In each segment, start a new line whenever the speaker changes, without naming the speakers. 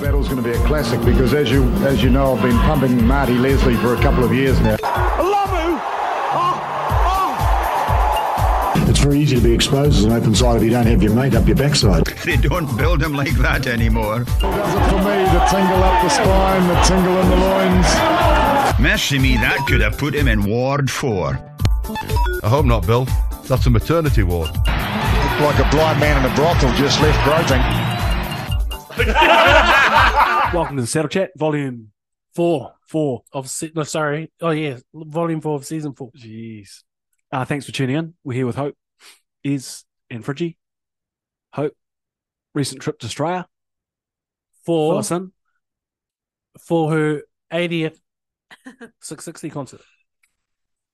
battle is going to be a classic because, as you as you know, I've been pumping Marty Leslie for a couple of years now.
Lamu! Oh,
oh. It's very easy to be exposed as an open side if you don't have your mate up your backside.
They don't build them like that anymore. It
does it for me, the tingle up the spine, the tingle in the loins.
Mercy me, that could have put him in Ward 4.
I hope not, Bill. That's a maternity ward. Looked
like a blind man in a brothel just left groping.
Welcome to the Saddle Chat, Volume Four, Four of se- no, sorry, oh yeah, Volume Four of Season Four.
Jeez.
Uh, thanks for tuning in. We're here with Hope, Is, and Friggy. Hope, recent trip to Australia. For Allison, for her 80th 660 concert.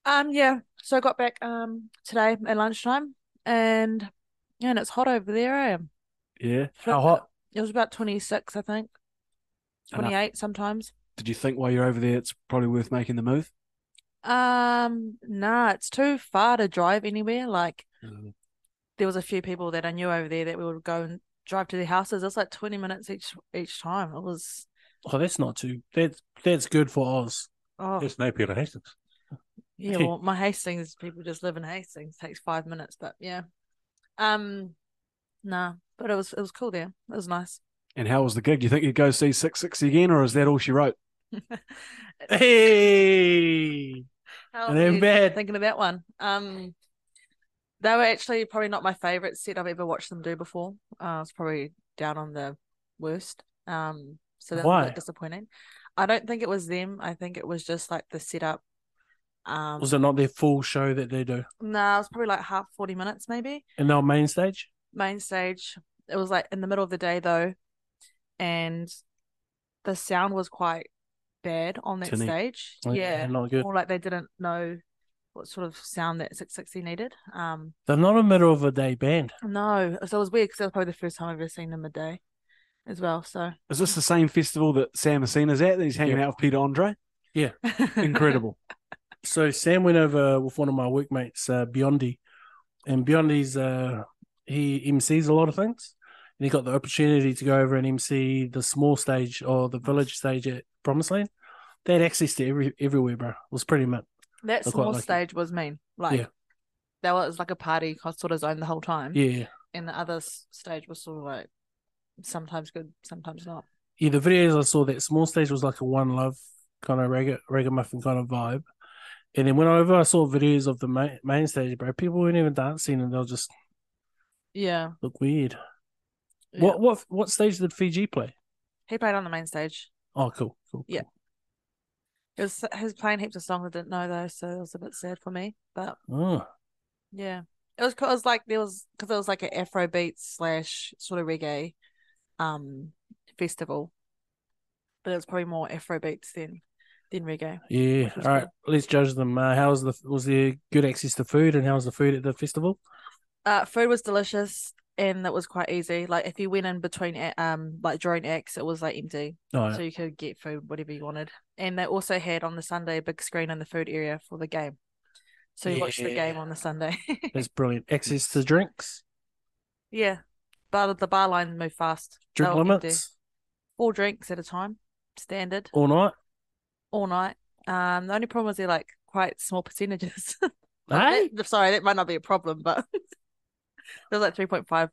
Um, yeah. So I got back um today at lunchtime, and yeah, and it's hot over there. I am.
Yeah. How hot?
It was about 26, I think. 28 Enough. sometimes.
Did you think while you're over there it's probably worth making the move?
Um, nah, it's too far to drive anywhere. Like mm.
Oh,
there was a few people that I knew over there that we would go and drive to their houses. It's like 20 minutes each each time. It was
Oh, that's not too that's that's good for us.
Oh
there's no people in Hastings.
Yeah, well my Hastings people just live in Hastings. It takes five minutes, but yeah. Um nah, but it was it was cool there. It was nice.
And how was the gig? Do you think you'd go see Six Six again, or is that all she wrote?
hey, Oh,
how and bad.
Thinking of that one. Um, they were actually probably not my favorite set I've ever watched them do before. Uh, I was probably down on the worst. Um, so that Why? was disappointing. I don't think it was them. I think it was just like the setup. Um,
was it not their full show that they do?
No, nah, it was probably like half forty minutes maybe.
And they're main stage
main stage. It was like in the middle of the day though, and the sound was quite bad on that Tinny. stage. Like, yeah,
not good.
Or like they didn't know what sort of sound that six sixty needed. Um,
they're not a middle of the day band.
No, so it was weird because it was probably the first time I've ever seen them midday, as well. So
is this the same festival that Sam Messina's at? That he's hanging yeah. out with Peter Andre.
Yeah,
incredible. So Sam went over with one of my workmates, uh, Biondi, and Biondi's uh, he MCs a lot of things, and he got the opportunity to go over and MC the small stage or the village stage at Promised Land. They had access to every everywhere, bro. It was pretty much
that small stage was mean. Like yeah. that was like a party sort of zone the whole time.
Yeah,
and the other stage was sort of like sometimes good, sometimes not.
Yeah, the videos I saw that small stage was like a one love kind of rag- ragamuffin kind of vibe. And then whenever I saw videos of the main, main stage, bro, people weren't even dancing and they were just
yeah.
Look weird. Yeah. What what what stage did Fiji play?
He played on the main stage.
Oh, cool. cool
yeah.
Cool.
It was he was playing heaps of songs I didn't know though, so it was a bit sad for me. But
oh.
yeah, it was. It was like there was because it was like an Afro beat slash sort of reggae, um, festival. But it was probably more Afro beats than than reggae.
Yeah. All right. Cool. Let's judge them. Uh, how was the was there good access to food and how was the food at the festival?
Uh, food was delicious and it was quite easy. Like if you went in between, um, like during acts, it was like empty,
oh, yeah.
so you could get food whatever you wanted. And they also had on the Sunday a big screen in the food area for the game, so you yeah. watched the game on the Sunday.
That's brilliant. Access to drinks.
Yeah, but the bar line moved fast.
Drink limits. Empty.
Four drinks at a time, standard.
All night.
All night. Um, the only problem was they're like quite small percentages.
like,
that, sorry, that might not be a problem, but. There's like 3.5% of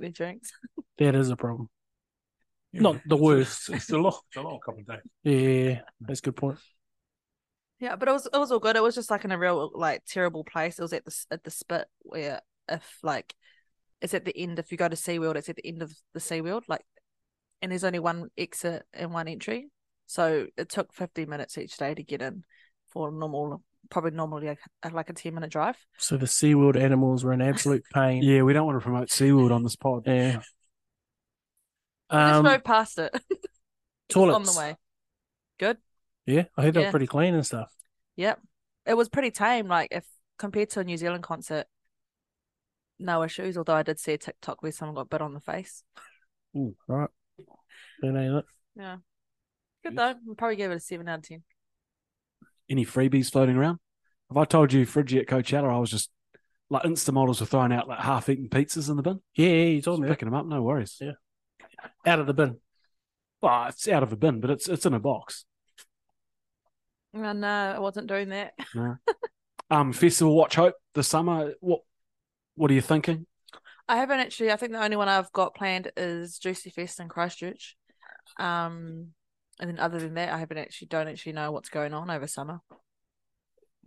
their drinks.
that is a problem. Yeah. Not the worst.
It's, a lot. It's a lot coming down.
Yeah, that's a good point.
Yeah, but it was it was all good. It was just like in a real like terrible place. It was at the at the spit where if like it's at the end. If you go to SeaWorld, it's at the end of the SeaWorld. Like, and there's only one exit and one entry. So it took 15 minutes each day to get in for normal probably normally like, like a 10 minute drive.
So the SeaWorld animals were in absolute pain.
yeah, we don't want to promote SeaWorld on this pod.
Yeah.
Um, I just drove past it.
toilets.
on the way. Good.
Yeah, I heard yeah. they were pretty clean and stuff.
Yep. It was pretty tame, like if compared to a New Zealand concert, no issues, although I did see a TikTok where someone got bit on the face.
Ooh, right. That ain't it.
Yeah. Good yes. though. I'll probably give it a seven out of ten
any freebies floating around? Have I told you Friggy at Coachella? I was just like Insta models were throwing out like half eaten pizzas in the bin.
Yeah, yeah you told just me
picking them up. No worries.
Yeah, out of the bin.
Well, it's out of a bin, but it's it's in a box.
Oh, no, I wasn't doing that.
Um, festival watch hope this summer. What what are you thinking?
I haven't actually. I think the only one I've got planned is Juicy Fest in Christchurch. Um, and then other than that, I haven't actually don't actually know what's going on over summer.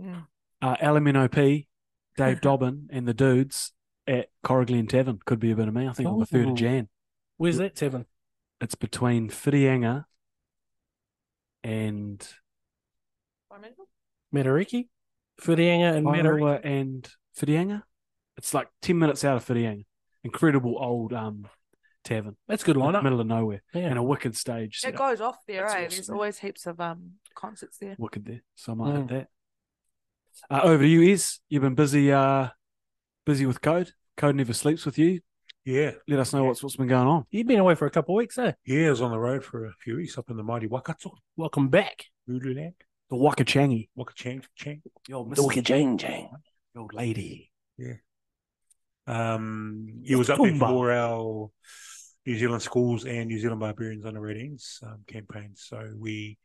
Mm.
Uh, LMNOP, Dave Dobbin, and the dudes at Corrigan Tavern could be a bit of me. I think on the third
Ooh.
of Jan.
Where's that tavern?
It's between Whirianga and
Matariki? Whirianga and Matariki.
Marawa and Whirianga. It's like ten minutes out of Whirianga. Incredible old um tavern,
That's a good lineup.
middle of nowhere,
Yeah.
and a wicked stage.
It
setup.
goes off there,
That's
eh?
awesome.
There's always heaps of um concerts there.
wicked there. So I might
Mm.
add that. Uh, over to you, Ez. You've been busy, uh, busy with Code. Code never sleeps with you.
Yeah,
Let us know what's what's been going on.
You've been away for a couple of weeks, eh?
yeah, I was on the road for a few weeks up in the mighty Waikato,
Welcome back.
Hulu Land,
The Waka Changi,
Wakachang, Chang.
the old
The Wicked Jane Jane.
the old lady.
Um, it was up there
Toowoomba.
for our New Zealand schools and New Zealand Barbarians under 18s um, campaign. So we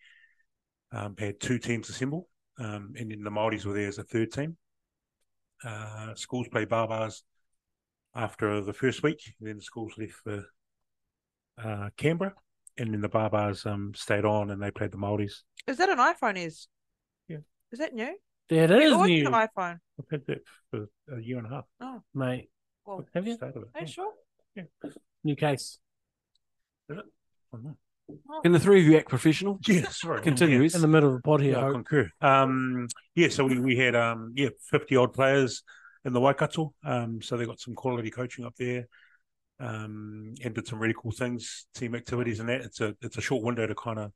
um, had two teams assemble, um, and then the Māoris were there as a third team. Uh, schools played Barbars after the first week, and then the schools left for uh, Canberra, and then the Barbars um, stayed on and they played the Māoris.
Is that an iPhone? Is
Yeah.
Is that new?
That
We've
is
always
new,
had an iPhone.
I've had that for a year and a half.
mate.
Well,
Have you?
Start of it.
are you sure?
New case.
Oh, no.
Can the three of you act professional?
Yeah, sorry.
Continue, Ez.
In the middle of the pod here.
Yeah, I
Hope.
concur. Um, yeah, so we, we had um, yeah, fifty odd players in the Waikato. Um, so they got some quality coaching up there, um, and did some really cool things, team activities, and that. It's a it's a short window to kind of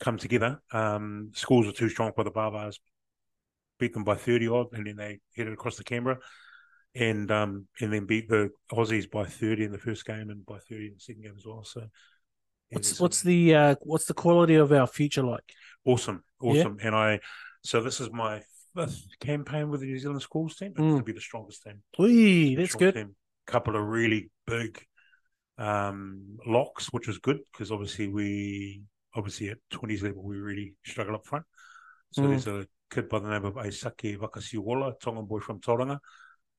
come together. Um, schools were too strong for the Barbars, beat them by thirty odd, and then they headed across to Canberra, and um, and then beat the Aussies by thirty in the first game and by thirty in the second game as well. So. yeah,
What's
there's some-
what's the uh, what's the quality of our future like?
Awesome,
Yeah.
awesome. And I, so this is my fifth campaign with the New Zealand schools team. It's
Mm.
going to be the strongest team.
Wee,
the
that's
strongest
good.
Team. Couple of really big um, locks, which was good because obviously we, obviously at twenties level, we really struggle up front. So
Mm.
there's a kid by the name of Aisaki Wakasiwala, Tongan boy from Tauranga.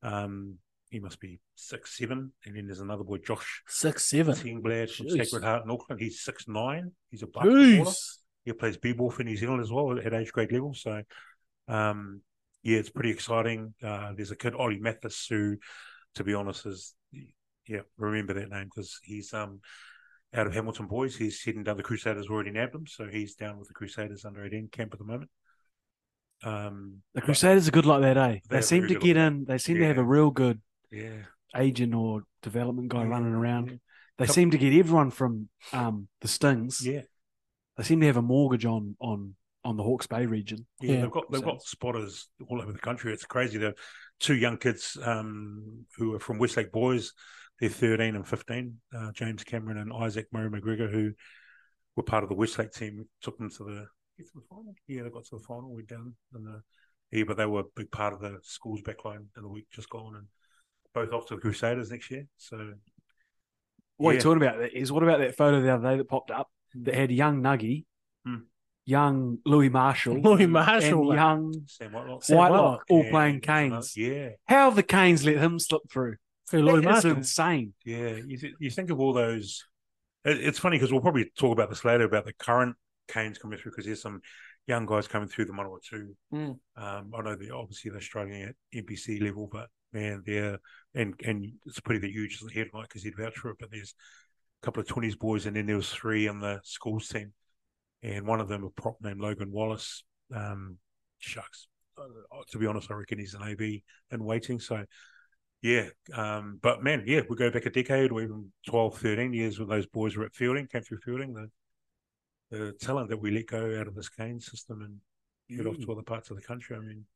Um, he must be six seven, and then there's another boy, Josh
Six seven.
Teenblad from
Jeez.
Sacred Heart in Auckland. He's six nine. He's a basketballer
Jeez.
he plays b-ball for New Zealand as well at age grade level. So, um, yeah, it's pretty exciting. Uh, there's a kid Ollie Mathis who, to be honest, is yeah remember that name because he's um out of Hamilton Boys. He's heading down the Crusaders. Already nabbed him, so he's down with the Crusaders under 18 camp at the moment. Um,
The Crusaders are good like that, eh? They,
They are
seem
very
to
good
get
like
in. They seem to have a
Yeah.
real good
yeah,
agent or development guy
Yeah,
running around. They
Couple-
seem to get everyone from um, the Stings.
yeah.
They seem to have a mortgage on on on the Hawke's Bay region.
Yeah,
Yeah.
they've got they've got spotters all over the country. It's crazy. They're two young kids um, who are from Westlake Boys. They're 13 and 15. Uh, James Cameron and Isaac Murray McGregor, who were part of the Westlake team, took them to the, get to the final. Yeah, they got to the final. We're down in the yeah, but they were a big part of the school's backline in the week just gone, and both off to the Crusaders next year. So
What
Yeah.
you're talking about is what about that photo the other day that popped up that had young Nuggy,
Hmm.
young Louis Marshall,
Louis
and
Marshall. mate.
young
Sam Whitelock,
Sam
Whitelock,
Whitelock.
all
Yeah,
playing
that's another-
Canes.
Yeah,
How have the Canes let him slip through?
Fair
Louis
Louis Marshall.
insane.
Yeah, you, th- you think of all those. It, it's funny because we'll probably talk about this later about the current Canes coming through because there's some young guys coming through the Manawa too.
Mm.
Um, I know they obviously they're struggling at NPC level, but man, they're and and it's pretty that huge as the headline because he'd vouch for it. But there's a couple of twenties boys, and then there was three in the schools team, and one of them a prop named Logan Wallace. Um, shucks, Uh, to be honest, I reckon he's an AB in waiting. So yeah. Um, but man, yeah, we go back a decade or even 12, 13 years when those boys were at Fielding, came through Fielding, the, the talent that we let go out of this cane system and get off to other parts of the country. I mean,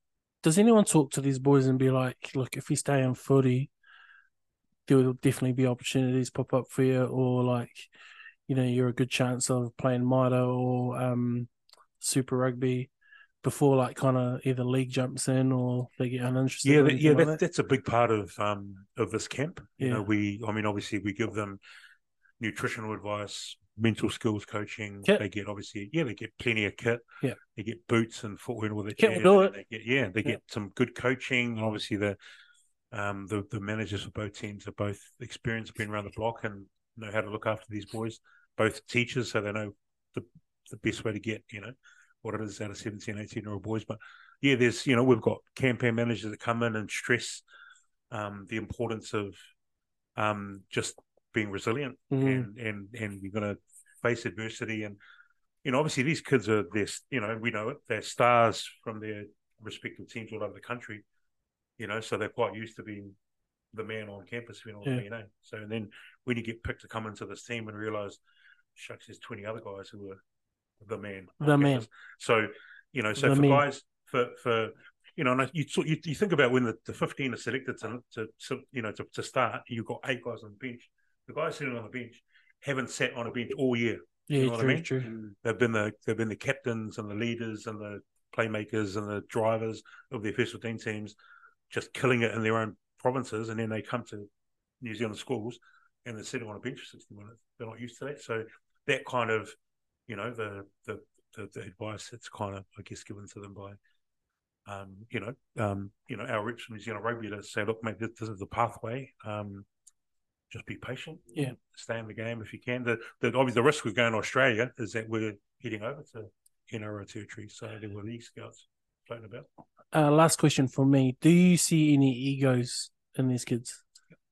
Does anyone talk to these boys and be like, look, if you stay in footy, there will definitely be opportunities pop up for you, or like, you know, you're a good chance of playing Mida or um, Super Rugby before like kind of either league jumps in or they get uninterested.
yeah,
or
that,
anything
yeah,
like
that,
that.
that's a big part of um of this camp. You
Yeah.
know, we, I mean, obviously we give them nutritional advice, mental skills coaching.
Kit.
They get obviously, yeah, they get plenty of kit.
Yeah.
they get boots and footwear and all that.
Kit will
jazz,
do
and
it.
They get, yeah, they
Yeah.
get some good coaching. And obviously, the um the the managers for both teams are both experienced, been around the block, and know how to look after these boys. Both teachers, so they know the the best way to get you know what it is out of 17, 18 year old boys. But yeah, there's you know we've got campaign managers that come in and stress um the importance of um just being resilient
Mhm.
and and and you're going to face adversity and you know obviously these kids are this you know we know it they're stars from their respective teams all over the country you know so they're quite used to being the man on campus if you know what
Yeah.
I mean eh? so and then when you get picked to come into this team and realize shucks there's 20 other guys who were the man on
The man.
campus. so you know so
The
for
man.
guys for for you know, and I- you, sort- you you think about when the, the fifteen are selected to, to, to you know to, to start, you've got eight guys on the bench. The guys sitting on the bench haven't sat on a bench all year.
Yeah,
You know what I
true,
mean?
true.
They've been the they've been the captains and the leaders and the playmakers and the drivers of their first fifteen teams, just killing it in their own provinces, and then they come to New Zealand schools and they're sitting on a bench for sixty minutes. They're not used to that, so that kind of you know the the the, the advice that's kind of I guess given to them by um, you know, um, you know, our reps from New Zealand Rugby to say, look, mate, this, this is the pathway. Um, just be patient.
Yeah.
Stay in the game if you can. The, the obviously the risk with going to Australia is that we're heading over to NRO territory, so there were League Scouts floating about.
Uh, last question for me: Do you see any egos in these kids?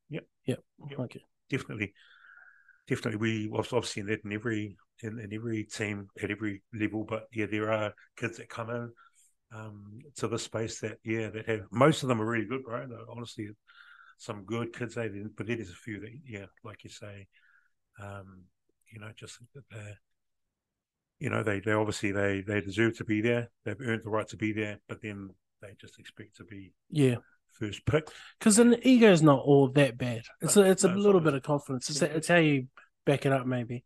Yep.
Yep.
Yep.
Okay.
Definitely, definitely, we I've, I've seen that in every in, in every team at every level. But yeah, there are kids that come in um, to this space that yeah that have most of them are really good, bro. They're honestly, some good kids. They didn't, but then there's a few that yeah, like you say, um, you know, just think that they're you know they they obviously they they deserve to be there. They've earned the right to be there, but then they just expect to be
Yeah,
first pick.
because an ego is not all that bad. It's a, it's a
No, it's Hmm.
little
not.
bit of confidence. It's, it's how you back it up. Maybe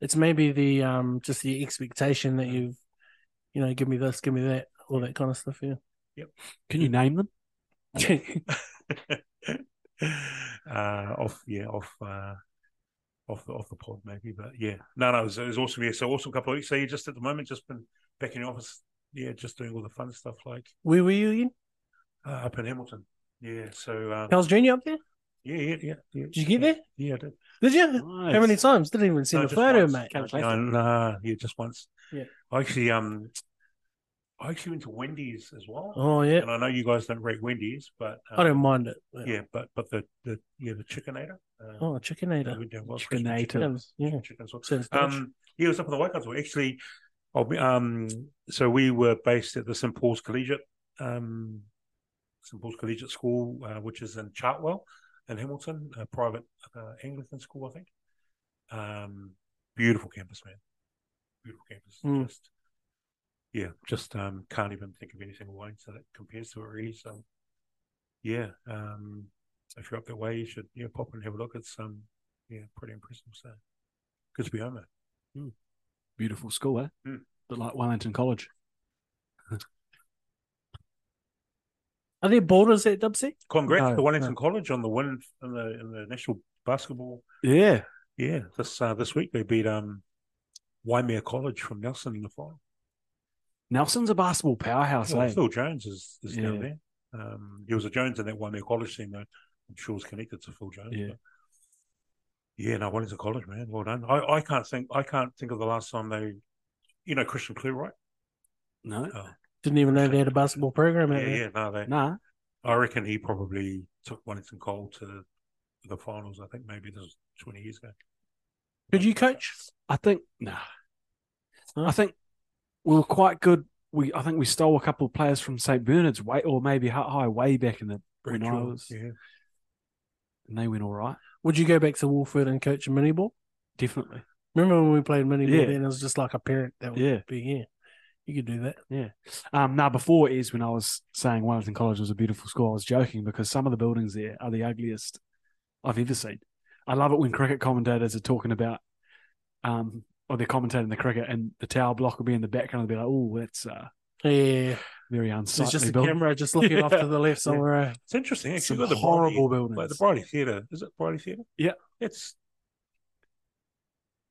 it's maybe the um just the expectation that you've you know give me this, give me that, all that kind of stuff. Yeah.
Can you name them?
uh, off, yeah, off, uh, off the off the pod maybe, but yeah, no, no, it was, it was awesome. Yeah, so awesome couple of weeks. So you just at the moment just been back in the office, yeah, just doing all the fun stuff like
Where were you again?
uh, up in Hamilton. Yeah, so um,
How's Junior up there?
yeah, yeah, yeah, yeah.
Oh. Did you get there?
Yeah, I did.
Did you? How many times? Didn't even see
No,
the
just
photo,
once.
mate.
Can't
No, no, yeah, just once.
Yeah.
I actually, um, I actually went to Wendy's as well,
Oh yeah,
and I know you guys don't rate Wendy's, but um,
I don't mind it.
Yeah, but but the the yeah the chickenator. Uh,
Oh, Chickenator.
we don't- well,
Chickenator.
Yeah, yeah.
chicken sauce.
Sounds dodgy.
Um, yeah, it was up in the Waikato. Actually, I'll be, um, so we were based at the St Paul's Collegiate, um, St Paul's Collegiate School, uh, which is in Chartwell, in Hamilton, a private uh, Anglican school, I think. Um, beautiful campus, man. Beautiful campus.
Mm.
Just yeah, just um, can't even think of anything away. So that compares to it really. So yeah, um, if you're up that way, you should yeah pop and have a look. It's um yeah pretty impressive. So good to be home. Man.
Beautiful school, eh?
Hmm.
But like Wellington College.
Are there borders at Dubsy?
Congrats
No,
to Wellington
no.
College on the win in the in the national basketball.
Yeah.
Yeah, this uh, this week they beat um Waimea College from Nelson in the final.
Nelson's a basketball powerhouse,
Well,
eh?
Phil Jones is, is down
Yeah.
there. Um, there was a Jones in that Waimea College team though. I'm sure it's connected to Phil Jones.
Yeah.
but- Yeah, no, Wellington College, man. Well done. I, I can't think I can't think of the last time they you know Christian Clearwright.
No.
Oh,
Didn't even know they had a basketball program out
yeah,
there.
yeah, no, they
Nah.
I reckon he probably took Wellington Cole to the finals. I think maybe this was 20 years ago.
Could you coach?
I think nah. I think we were quite good. We I think we stole a couple of players from St Bernard's way or maybe Hutt High way back in the when I
Bradshaw,
was
yeah.
and they went all right.
Would you go back to Wolford and coach a mini ball?
Definitely.
Remember when we played mini ball
Yeah.
then it was just like a parent that would
Yeah.
be yeah. You could do that.
Um now before is when I was saying Wellington College was a beautiful school, I was joking because some of the buildings there are the ugliest I've ever seen. I love it when cricket commentators are talking about um or they're commentating the cricket and the tower block will be in the background and they'll be like, Oh, that's uh
Yeah.
very
There's
unsightly
just a
building.
camera just looking off to the left
Yeah.
somewhere. eh?
It's interesting.
Some
Actually, got the
horrible
horrible.
buildings.
Like the Bridie Theatre. Is it Bridie Theatre?
Yeah.
It's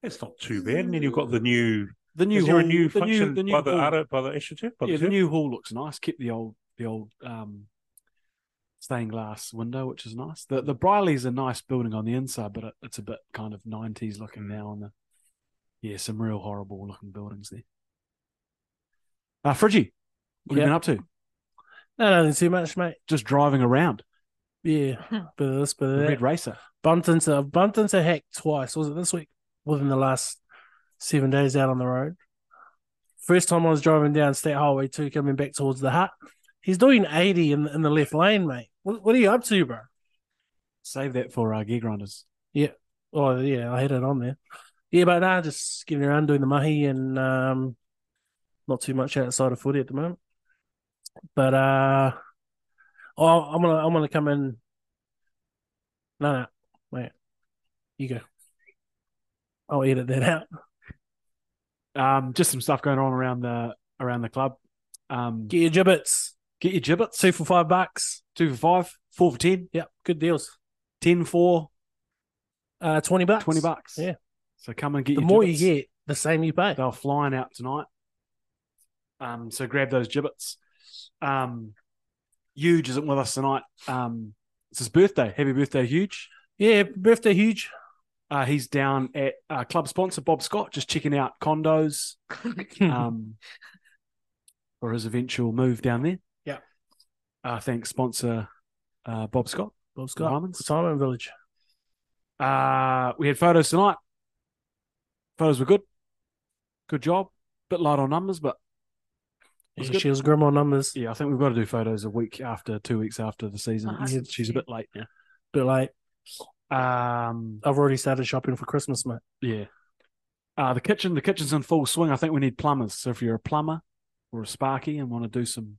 It's not too bad. And then you've got the new.
The new
is there a
hall-
new
the
function
new, the new
by the
hall-
other- by the institute? By
yeah, the
zoo?
new hall looks nice. Kept the old the old um, stained glass window, which is nice. The the Briley's a nice building on the inside, but it, it's a bit kind of nineties
Mm.
looking now. On the yeah, some real horrible looking buildings there. Uh, Friggy, what have you
Yeah.
been up to?
No, nothing too much, mate.
Just driving around
Yeah, bit of this, bit
the
of that.
Red Racer.
bumped into I've bumped into Heck twice. Was it this week? Within the last seven days out on the road. First time I was driving down State Highway Two, coming back towards the hut. He's doing eighty in the, in the left lane, mate. What, what are you up to, bro?
Save that for uh, gear grinders.
Oh yeah, I had it on there. Yeah, but nah, just getting around doing the mahi and um, not too much outside of footy at the moment. But uh, oh, I'm gonna I'm gonna come in. No, no, wait, you go. I'll edit that out.
Um, just some stuff going on around the around the club. Um,
Get your gibbets,
get your gibbets.
two for five bucks.
Two for five, four for ten,
Yep, good deals.
ten for
Uh, twenty bucks.
twenty bucks.
Yeah.
So come and get
The
your
more
gibbets.
you get, the same you pay.
They're flying out tonight. Um, so grab those gibbets. Um, Huge isn't with us tonight. Um, it's his birthday. Happy birthday, Huge.
Yeah, birthday huge.
Uh, he's down at uh, club sponsor Bob Scott, just checking out condos um, for his eventual move down there.
Yeah.
Uh, thanks, sponsor uh, Bob Scott.
Bob Scott,
Diamonds.
retirement village.
Uh, we had photos tonight. Photos were good. Good job. Bit light on numbers, but was
Yeah,
good.
she was grim on numbers.
Yeah, I think we've got to do photos a week after, two weeks after the season.
Oh, I
She's- She's a
see.
bit late now.
But like,
Um,
I've already started shopping for Christmas, mate.
yeah. Uh, the kitchen, the kitchen's in full swing. I think we need plumbers. So if you're a plumber or a sparky and want to do some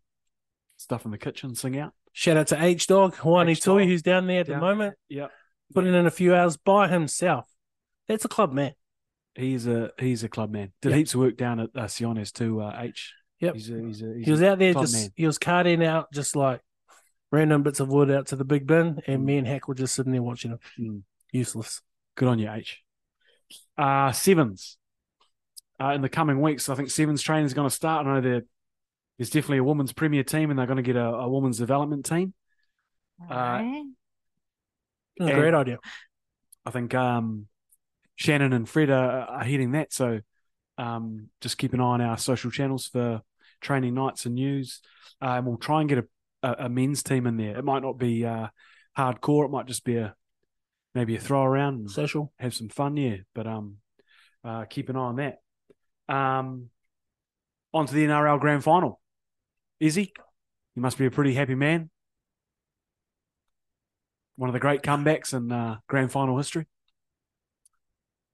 stuff in the kitchen, sing out.
Shout out to H Dog Hawani
H-Dog.
Tui, who's down there at
Yeah.
the moment,
Yeah,
putting in a few hours by himself. That's a club man.
he's a he's a club man. Did
Yeah.
heaps of work down at uh, Siones too. Uh, H.
Yep.
He's a, he's a, he's
He was out there
club
just
man.
he was carting out just like random bits of wood out to the big bin, and me and Hack were just sitting there watching him.
Mm.
Useless.
Good on you, H. Uh, Sevens. Uh, in the coming weeks, I think Sevens training is going to start. I know there- there's definitely a women's premier team, and they're going to get a, a women's development team.
Oh,
uh,
Alright.
It was a
And-
great idea.
I think um, Shannon and Fred are, are heading that. So um, just keep an eye on our social channels for training nights and news. Uh, and we'll try and get a, a, a men's team in there. It might not be uh, hardcore. It might just be a maybe a throw around. and-
Social.
have some fun, yeah. But um, uh, keep an eye on that. Um, on to the NRL Grand Final. Izzy, you must be a pretty happy man. One of the great comebacks in uh, Grand Final history.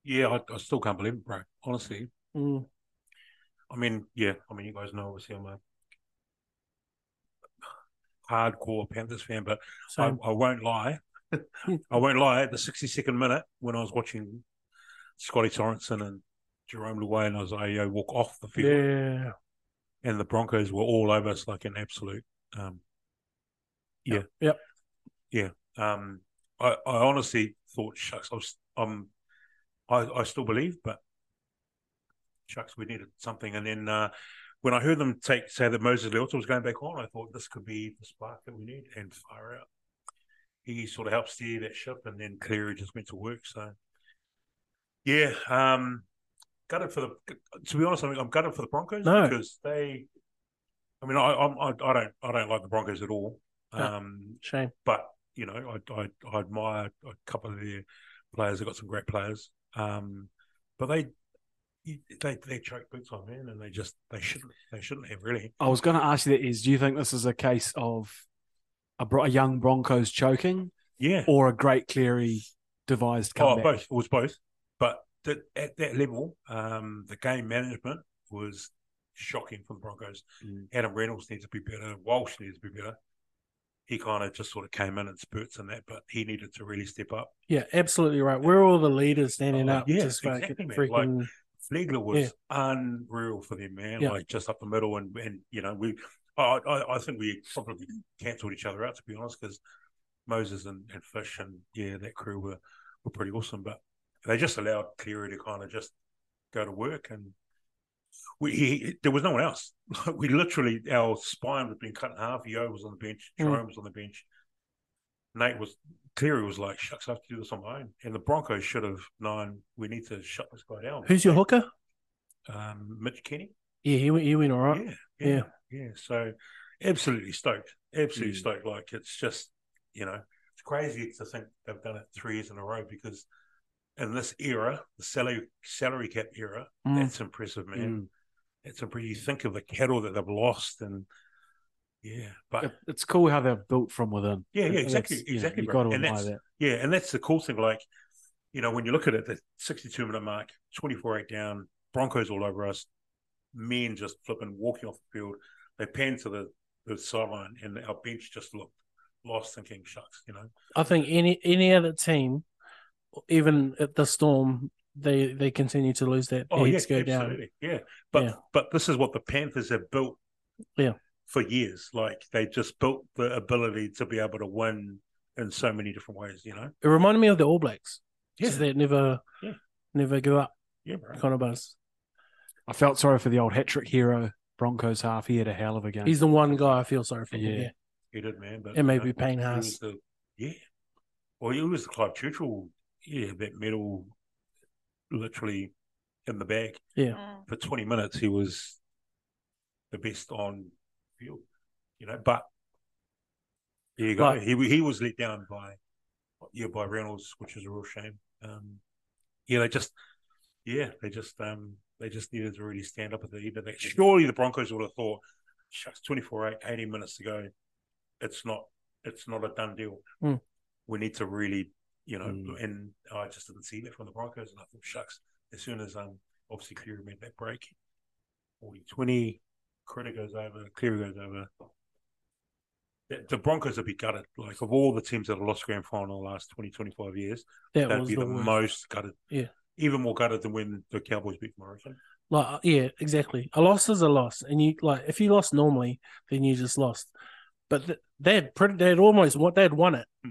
Yeah, I, I still can't believe it, bro. Honestly,
Mm.
I mean, yeah, I mean, you guys know obviously I'm a hardcore Panthers fan, but I,
So
I won't lie. I won't lie. At the 62nd minute, when I was watching Scotty Sorensen and Jerome Luai and Isaiah walk off the field,
yeah,
and the Broncos were all over us like an absolute. Um, yeah.
Yep.
Yeah. Um, I, I honestly thought, shucks, I was, um, I, I still believe, but shucks, we needed something. And then uh, when I heard them take say that Moses Leota was going back on, I thought this could be the spark that we need and fire out. He sort of helped steer that ship, and then Cleary just went to work. So, yeah, um, gutted for the. To be honest, I mean, I'm gutted for the Broncos
No.
because they. I mean, I, I'm- I I don't I don't like the Broncos at all.
No.
Um,
shame.
but you know, I, I I admire a couple of their players. They've got some great players, um, but they they they choke boots on man, and they just they shouldn't they shouldn't have really.
I was going to ask you that is, do you think this is a case of a, bro- a young Broncos choking
Yeah,
or a great Cleary devised
oh,
comeback?
both it was both, but that at that level, um, the game management was shocking for the Broncos.
Mm.
Adam Reynolds needs to be better. Walsh needs to be better. He kind of just sort of came in and spurts and that, but he needed to really step up.
Yeah, absolutely right. We're all the leaders standing
Oh,
up,
yeah,
just fucking
exactly, mate. Like,
freaking
Flegler was unreal for them, man.
Yeah.
Like just up the middle, and and you know we, I I, I think we probably cancelled each other out to be honest, because Moses and, and Fish and yeah that crew were were pretty awesome, but They just allowed Cleary to kind of just go to work, and we he, there was no one else. we literally our spine was being cut in half. Yo was on the bench,
Mm.
Jerome was on the bench. Nate was Cleary was like, "Shucks, I have to do this on my own." And the Broncos should have known we need to shut this guy down.
Who's your hooker?
Um, Mitch Kenny.
Yeah, he went. He went all right.
Yeah, yeah, yeah. So absolutely stoked,
Hmm.
absolutely stoked. Like it's just you know it's crazy to think they've done it three years in a row because in this era, the salary salary cap era,
Hmm.
Mm.
that's impressive, man. It's impressive. You think of the cattle that they've lost, and yeah, but
It- It's cool how they're built from within.
Yeah, yeah,
And that's-
exactly,
yeah,
exactly,
you
bro.
got to
And
admire
that's-
that.
Yeah, and that's the cool thing. Like, you know, when you look at it, the 62 minute mark, 24 8 down, Broncos all over us, men just flipping, walking off the field. They pan to the, the sideline, and our bench just looked lost, thinking, shucks, you know.
I think any any other team, even at the Storm, they they continue to lose that.
Oh, yeah,
heads go
absolutely.
down.
Yeah. But,
Yeah.
but this is what the Panthers have built
Yeah.
for years. Like, they just built the ability to be able to win in so many different ways, you know?
It reminded me of the All Blacks.
Yeah.
Just that never,
Yeah.
never give up
Yeah, bro.
kind of buzz.
I felt sorry for the old hat trick hero Broncos half. He had a hell of a game.
He's the one guy I feel sorry for. Yeah.
Yeah.
yeah.
He did, man. But
It may
you know,
be Payne
he
Haas.
was the- Yeah. Well, it was the Clive Churchill. Yeah, that medal, literally in the bag
Mm.
for 20 minutes. He was the best on field, you know. But there you go.
Right.
He he was let down by yeah by Reynolds, which is a real shame. Um, yeah, they just yeah they just um they just needed to really stand up at the end of that. Surely the Broncos would have thought, shucks, 24 8, 80 minutes to go. It's not it's not a done deal.
Mm.
We need to really you know,
Mm.
and I just didn't see that from the Broncos, and I thought, shucks. As soon as um, obviously Cleary made that break, 40 20. Critter goes over, Cleary goes over. The, the Broncos will be gutted. Like, of all the teams that have lost grand final in the last 20, 25 years,
That
that'd
was
be
the
the
worst.
most gutted.
Yeah.
Even more gutted than when the Cowboys beat Morrison.
Like uh, yeah, exactly. A loss is a loss, and you like if you lost normally, then you just lost. But th- they'd pretty, they'd almost what they'd won it,
Hmm.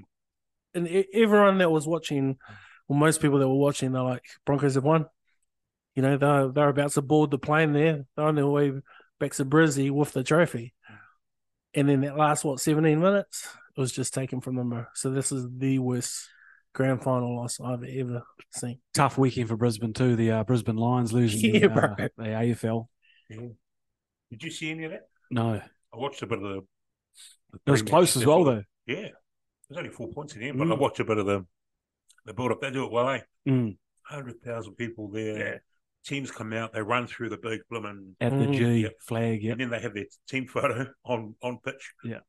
and e- everyone that was watching, well, most people that were watching, they're like Broncos have won. You know they're they're about to board the plane there. They're on their way back to Brizzy with the trophy, and then that last what seventeen minutes it was just taken from them. bro. So this is the worst grand final loss I've ever seen.
Tough weekend for Brisbane too. The uh, Brisbane Lions losing
Yeah,
the, uh,
bro.
the AFL.
Did you see any of that?
No, it
I watched a bit of the. the
was
pre-match
close as
stuff.
well though.
Yeah. There's only four points in the end, but I
Mm.
watched a bit of the, the build up. They do it well, eh?
Mm,
100,000 people there. Teams come out, they run through the big blooming
at the
Mm.
G
Yep.
flag. Yep.
and then they have their team photo on on pitch.
Yeah.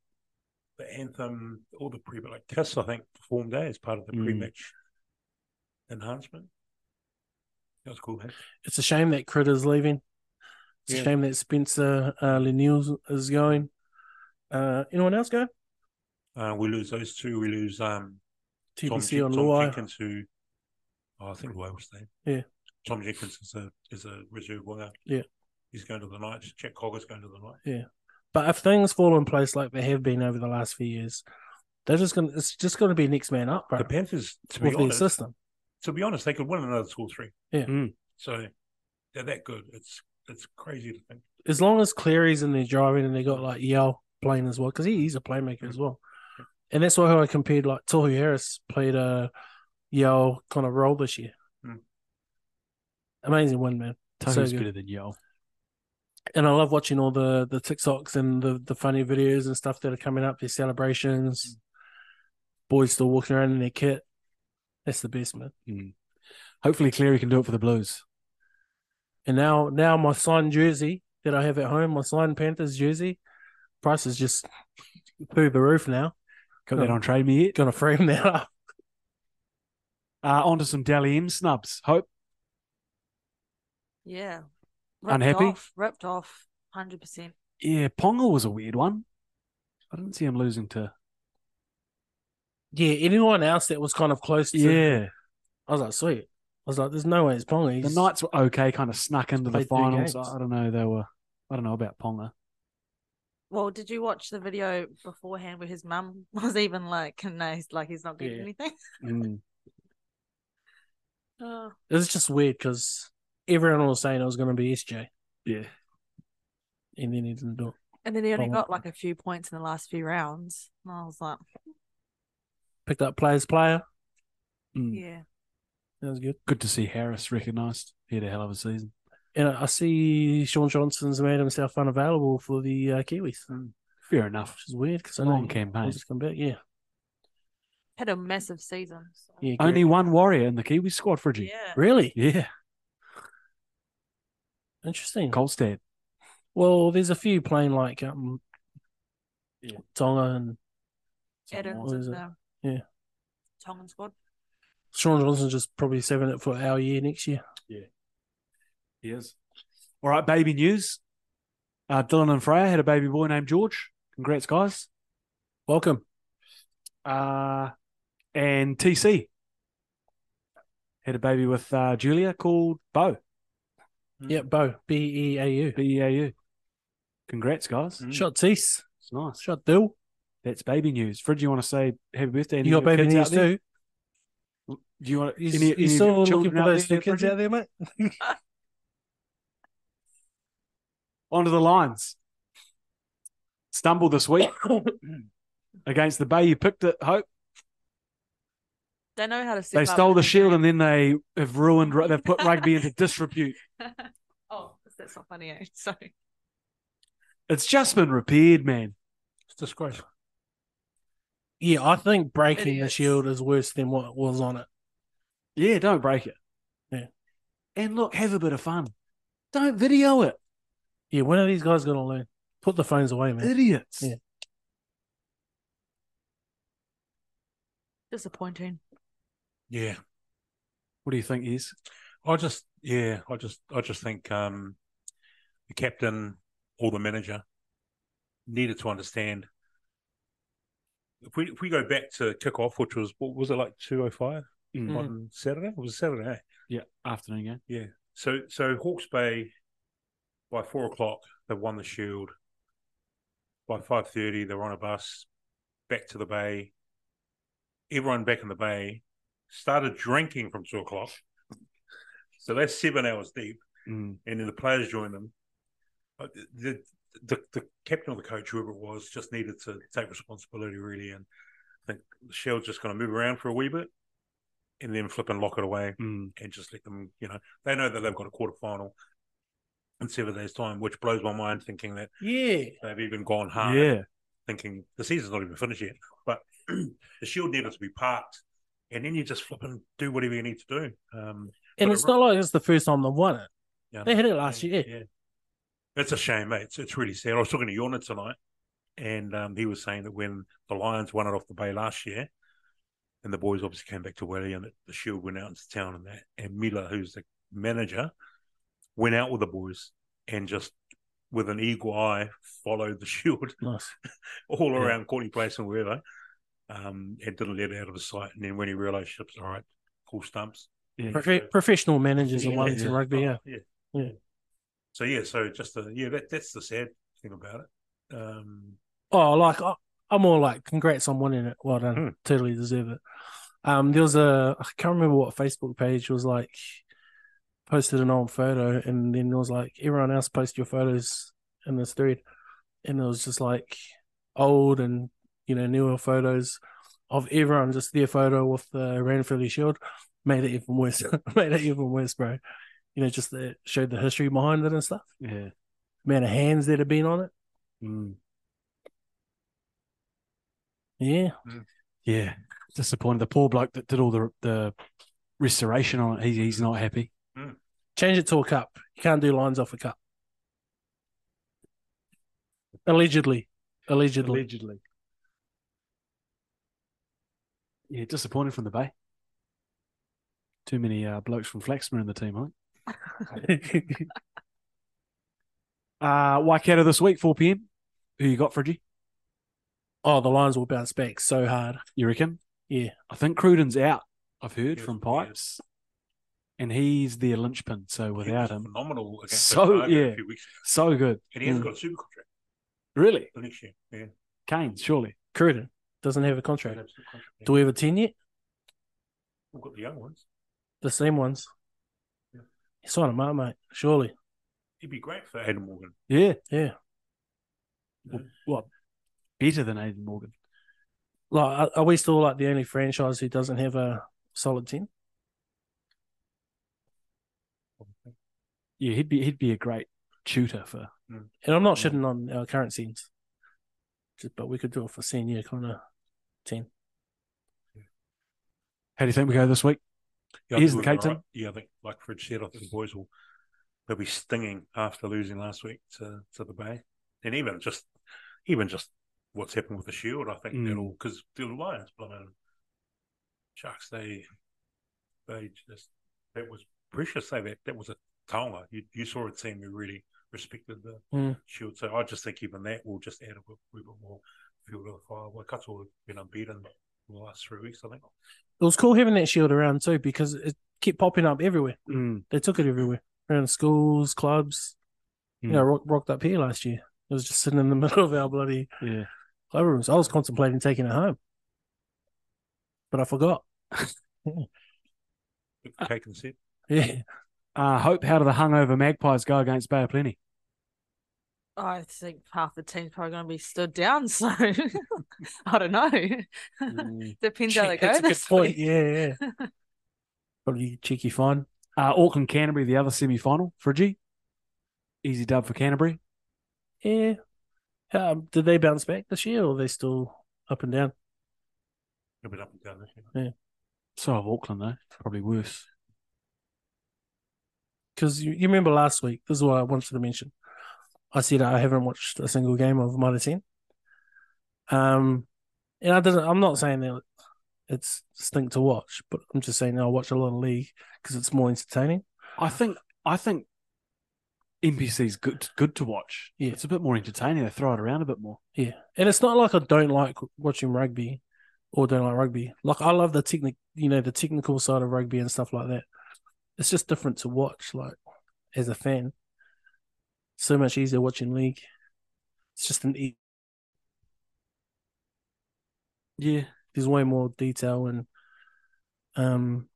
the anthem, all the pre like Kiss, I think performed there as part of the
Mm.
pre-match enhancement. That was cool. Man.
it's a shame that Critter's leaving. It's
Yeah.
a shame that Spencer uh, Lanier is going. Uh, anyone else go?
Uh, we lose those two. We lose um Tom,
TBC
Jen-
on
Tom
Luai.
Jenkins, who oh, I think Luai was there.
Yeah.
Tom Jenkins is a is a reserve winger.
Yeah.
he's going to the Knights. Jack Cogger's going to the Knights.
But if things fall in place like they have been over the last few years, they're just gonna. It's just gonna be next man up, bro.
The Panthers, to be
with their
honest, Hmm.
system,
to be honest, they could win another two or three.
Yeah.
Mm.
So they're that good. It's it's crazy to think.
as long as Cleary's in there driving and they got like Yell playing as well, because he, he's a playmaker as well, and that's why how I compared like Tohu Harris played a Yell kind of role this year.
Mm.
Amazing win, man.
Tohu's
good.
better than Yo.
and I love watching all the the TikToks and the the funny videos and stuff that are coming up. Their celebrations, boys still walking around in their kit. That's the best, man.
Hopefully Cleary can do it for the Blues.
And now now my signed jersey that I have at home, my signed Panthers jersey, price is just through the roof now.
Got
Yeah.
that on trade me yet?
Gonna frame that up.
Uh, on to some Dally M snubs. Hope
Yeah.
Unhappy?
off, ripped off, hundred percent.
yeah, Ponga was a weird one. I didn't see him losing to
Yeah, anyone else that was kind of close to
yeah.
I was like, sweet. I was like, there's no way it's Ponga.
The
He's-
Knights were okay, kind of snuck into the
played three
finals.
games.
I don't know. They were. I don't know about Ponga.
Well, did you watch the video beforehand where his mum was even like, "No, he's like he's not getting
Yeah.
anything."
Mm.
Uh,
It was just weird because everyone was saying it was going to be SJ,
Yeah.
and then he didn't do it.
and then he only
Oh.
got like a few points in the last few rounds. And I was like,
Picked up players player.
Mm.
yeah.
That was good.
Good to see Harris recognised. He had a hell of a season.
And I I see Sean Johnson's made himself unavailable for the uh, Kiwis, which
Fair enough.
is weird because I know
Long
he
campaign.
wants to come back. Yeah,
Had a massive season. so-
yeah.
Only
Gary.
one warrior in the Kiwi squad, Fridgie.
Yeah.
really
Yeah.
interesting.
Colstead.
Well, there's a few playing like um, Tonga and
Adams
what is
and
it?
the
Yeah.
um, Tongan squad.
Sean Johnson's just probably saving it for our year next year.
He is. All right, baby news. Uh, Dylan and Freya had a baby boy named George. Congrats, guys.
Welcome.
Uh, and TC had a baby with uh, Julia called Bo, Mm.
Yeah, Bo B E A U.
B E A U. Congrats, guys.
Shot Tease.
mm. It's nice.
Shot Dill.
That's baby news. Fridge, you want to say happy birthday? and
You got
any of your
baby
kids
news
out there?
too.
Do you want
You,
any,
you
any of your
still looking
children
for
out
those
there,
two kids
Fridgie?
out there, mate?
onto the lines. Stumble this week against the Bay. You picked it, Hope.
They know how to step
They
up.
stole the shield and then they have ruined. They've put rugby into disrepute.
oh, that's not funny, eh? Sorry.
It's just been repaired, man.
It's disgraceful.
Yeah, I think breaking the
Idiots.
shield is worse than what was on it.
Yeah, don't break it.
Yeah.
and look, have a bit of fun. Don't video it,
Yeah, when are these guys going to learn? Put the phones away, man.
idiots.
Yeah.
Disappointing.
Yeah.
What do you think is?
I just yeah, I just I just think um the captain or the manager needed to understand. If we if we go back to kick off, which was what was it like two oh five
Mm.
on Saturday? It was Saturday. eh?
Yeah, afternoon game.
So so Hawke's Bay by four o'clock they've won the shield. By five thirty they're on a bus back to the bay. Everyone back in the bay started drinking from two o'clock. So that's seven hours deep
Mm.
and then the players joined them. But the, the the captain or the coach, whoever it was, just needed to take responsibility really, and I think the shield's just going to move around for a wee bit, and then flip and lock it away,
Mm.
and just let them. You know, they know that they've got a quarter final in seven days' time, which blows my mind thinking that
Yeah.
they've even gone hard,
Yeah,
thinking the season's not even finished yet. But the shield needed to be parked, and then you just flip and do whatever you need to do. Um,
And
But
it's
it-
not like it's the first time they've won it.
Yeah.
They had it last year.
Yeah. It's a shame, mate. It's, it's really sad. I was talking to Yorna tonight, and um, he was saying that when the Lions won it off the Bay last year, and the boys obviously came back to Welly, and the Shield went out into town, and that, and Miller, who's the manager, went out with the boys and just with an eagle eye followed the Shield
Nice.
all
Yeah.
around Courtney Place and wherever, um, and didn't let it out of his sight. And then when he realised, ships, all right, cool stumps.
yeah.
Profe- professional managers in
Yeah. Oh,
Wellington rugby, yeah.
yeah.
Yeah.
So yeah, so just the yeah, that that's the sad thing about it. Um,
Oh, like I, I'm all like, congrats on winning it. Well done,
Hmm.
totally deserve it. Um, there was a I can't remember what Facebook page was like posted an old photo, and then it was like everyone else post your photos in this thread, and it was just like old and you know newer photos of everyone just their photo with the Ranfurly shield made it even worse. made it even worse, bro. You know, just the, showed the history behind it and stuff.
yeah.
Amount of hands that have been on it.
Mm.
Yeah.
Yeah, disappointed. The poor bloke that did all the the restoration on it, he's, he's not happy.
Change it to a cup. You can't do lines off a cup. Allegedly. Allegedly.
Allegedly. Yeah, disappointed from the Bay. Too many uh, blokes from Flaxman in the team, I think. Uh, Waikato this week, 4 p.m. Who you got, Fridgie?
oh, the lines will bounce back so hard.
You reckon?
Yeah.
I think Cruden's out, I've heard,
Yes,
from
he is.
Pipes. And he's their linchpin. So
he
without
was
him,
phenomenal. Against
So,
Otago
yeah.
a few weeks, ago,
so good.
and he hasn't
Mm.
got a super contract
Really?
for next year. Yeah,
Kane, surely.
Cruden doesn't have a
Don't
contract.
have a super contract.
Do we have a 10 yet?
We've got the young ones.
The same ones. You sign him up, mate. Surely.
He'd be great for Adam Morgan.
Yeah.
Yeah.
Well, well, better than Aiden Morgan.
Like, are, are we still like the only franchise who doesn't have a solid ten?
Yeah, he'd be he'd be a great tutor for.
And I'm not shitting on our current scenes, but we could do it for senior kind of ten.
How do you think we go this week?
Yeah, I
Here's
think
the
we're
captain.
alright. Yeah, I think like Fridge said, I think the boys will they'll be stinging after losing last week to, to the Bay, and even just even just what's happened with the Shield. I think
Mm.
that'll because the Lions, blooming Sharks, they they just that was precious. Say that that was a tonga. You you saw a team who really respected the
Mm.
Shield. So I just think even that will just add a bit, wee bit more fuel to the fire. Well, Cutsall have been unbeaten the last three weeks. I think.
It was cool having that shield around too because it kept popping up everywhere.
Mm.
They took it everywhere around schools, clubs.
Mm.
You know, rock, rocked up here last year. It was just sitting in the middle of our bloody
Yeah.
club rooms. I was contemplating taking it home, but I forgot.
Cake and set.
Yeah.
Uh, Hope, how do the hungover Magpies go against Bay of Plenty?
I think half the team's probably going to be stood down, so I don't know.
Hmm.
Depends how they go.
That's a good
this
point.
week.
Yeah, yeah. Probably cheeky fine.
Uh, Auckland Canterbury, the other semi final. Fridgie, easy dub for Canterbury.
Yeah. Um, did they bounce back this year or are they still up and down?
A bit up and down. isn't it?
So have Auckland though, probably worse.
Because you, you remember last week, this is what I wanted to mention. I said I haven't watched a single game of Mitre 10. Um, and I didn't, I'm not saying that it's stink to watch, but I'm just saying I watch a lot of league because it's more entertaining.
I think I think NPC's good good to watch.
Yeah.
It's a bit more entertaining. They throw it around a bit more.
Yeah. And it's not like I don't like watching rugby or don't like rugby. Like I love the technic you know, the technical side of rugby and stuff like that. It's just different to watch, like as a fan. So much easier watching league. It's just an e-
Yeah.
there's way more detail and um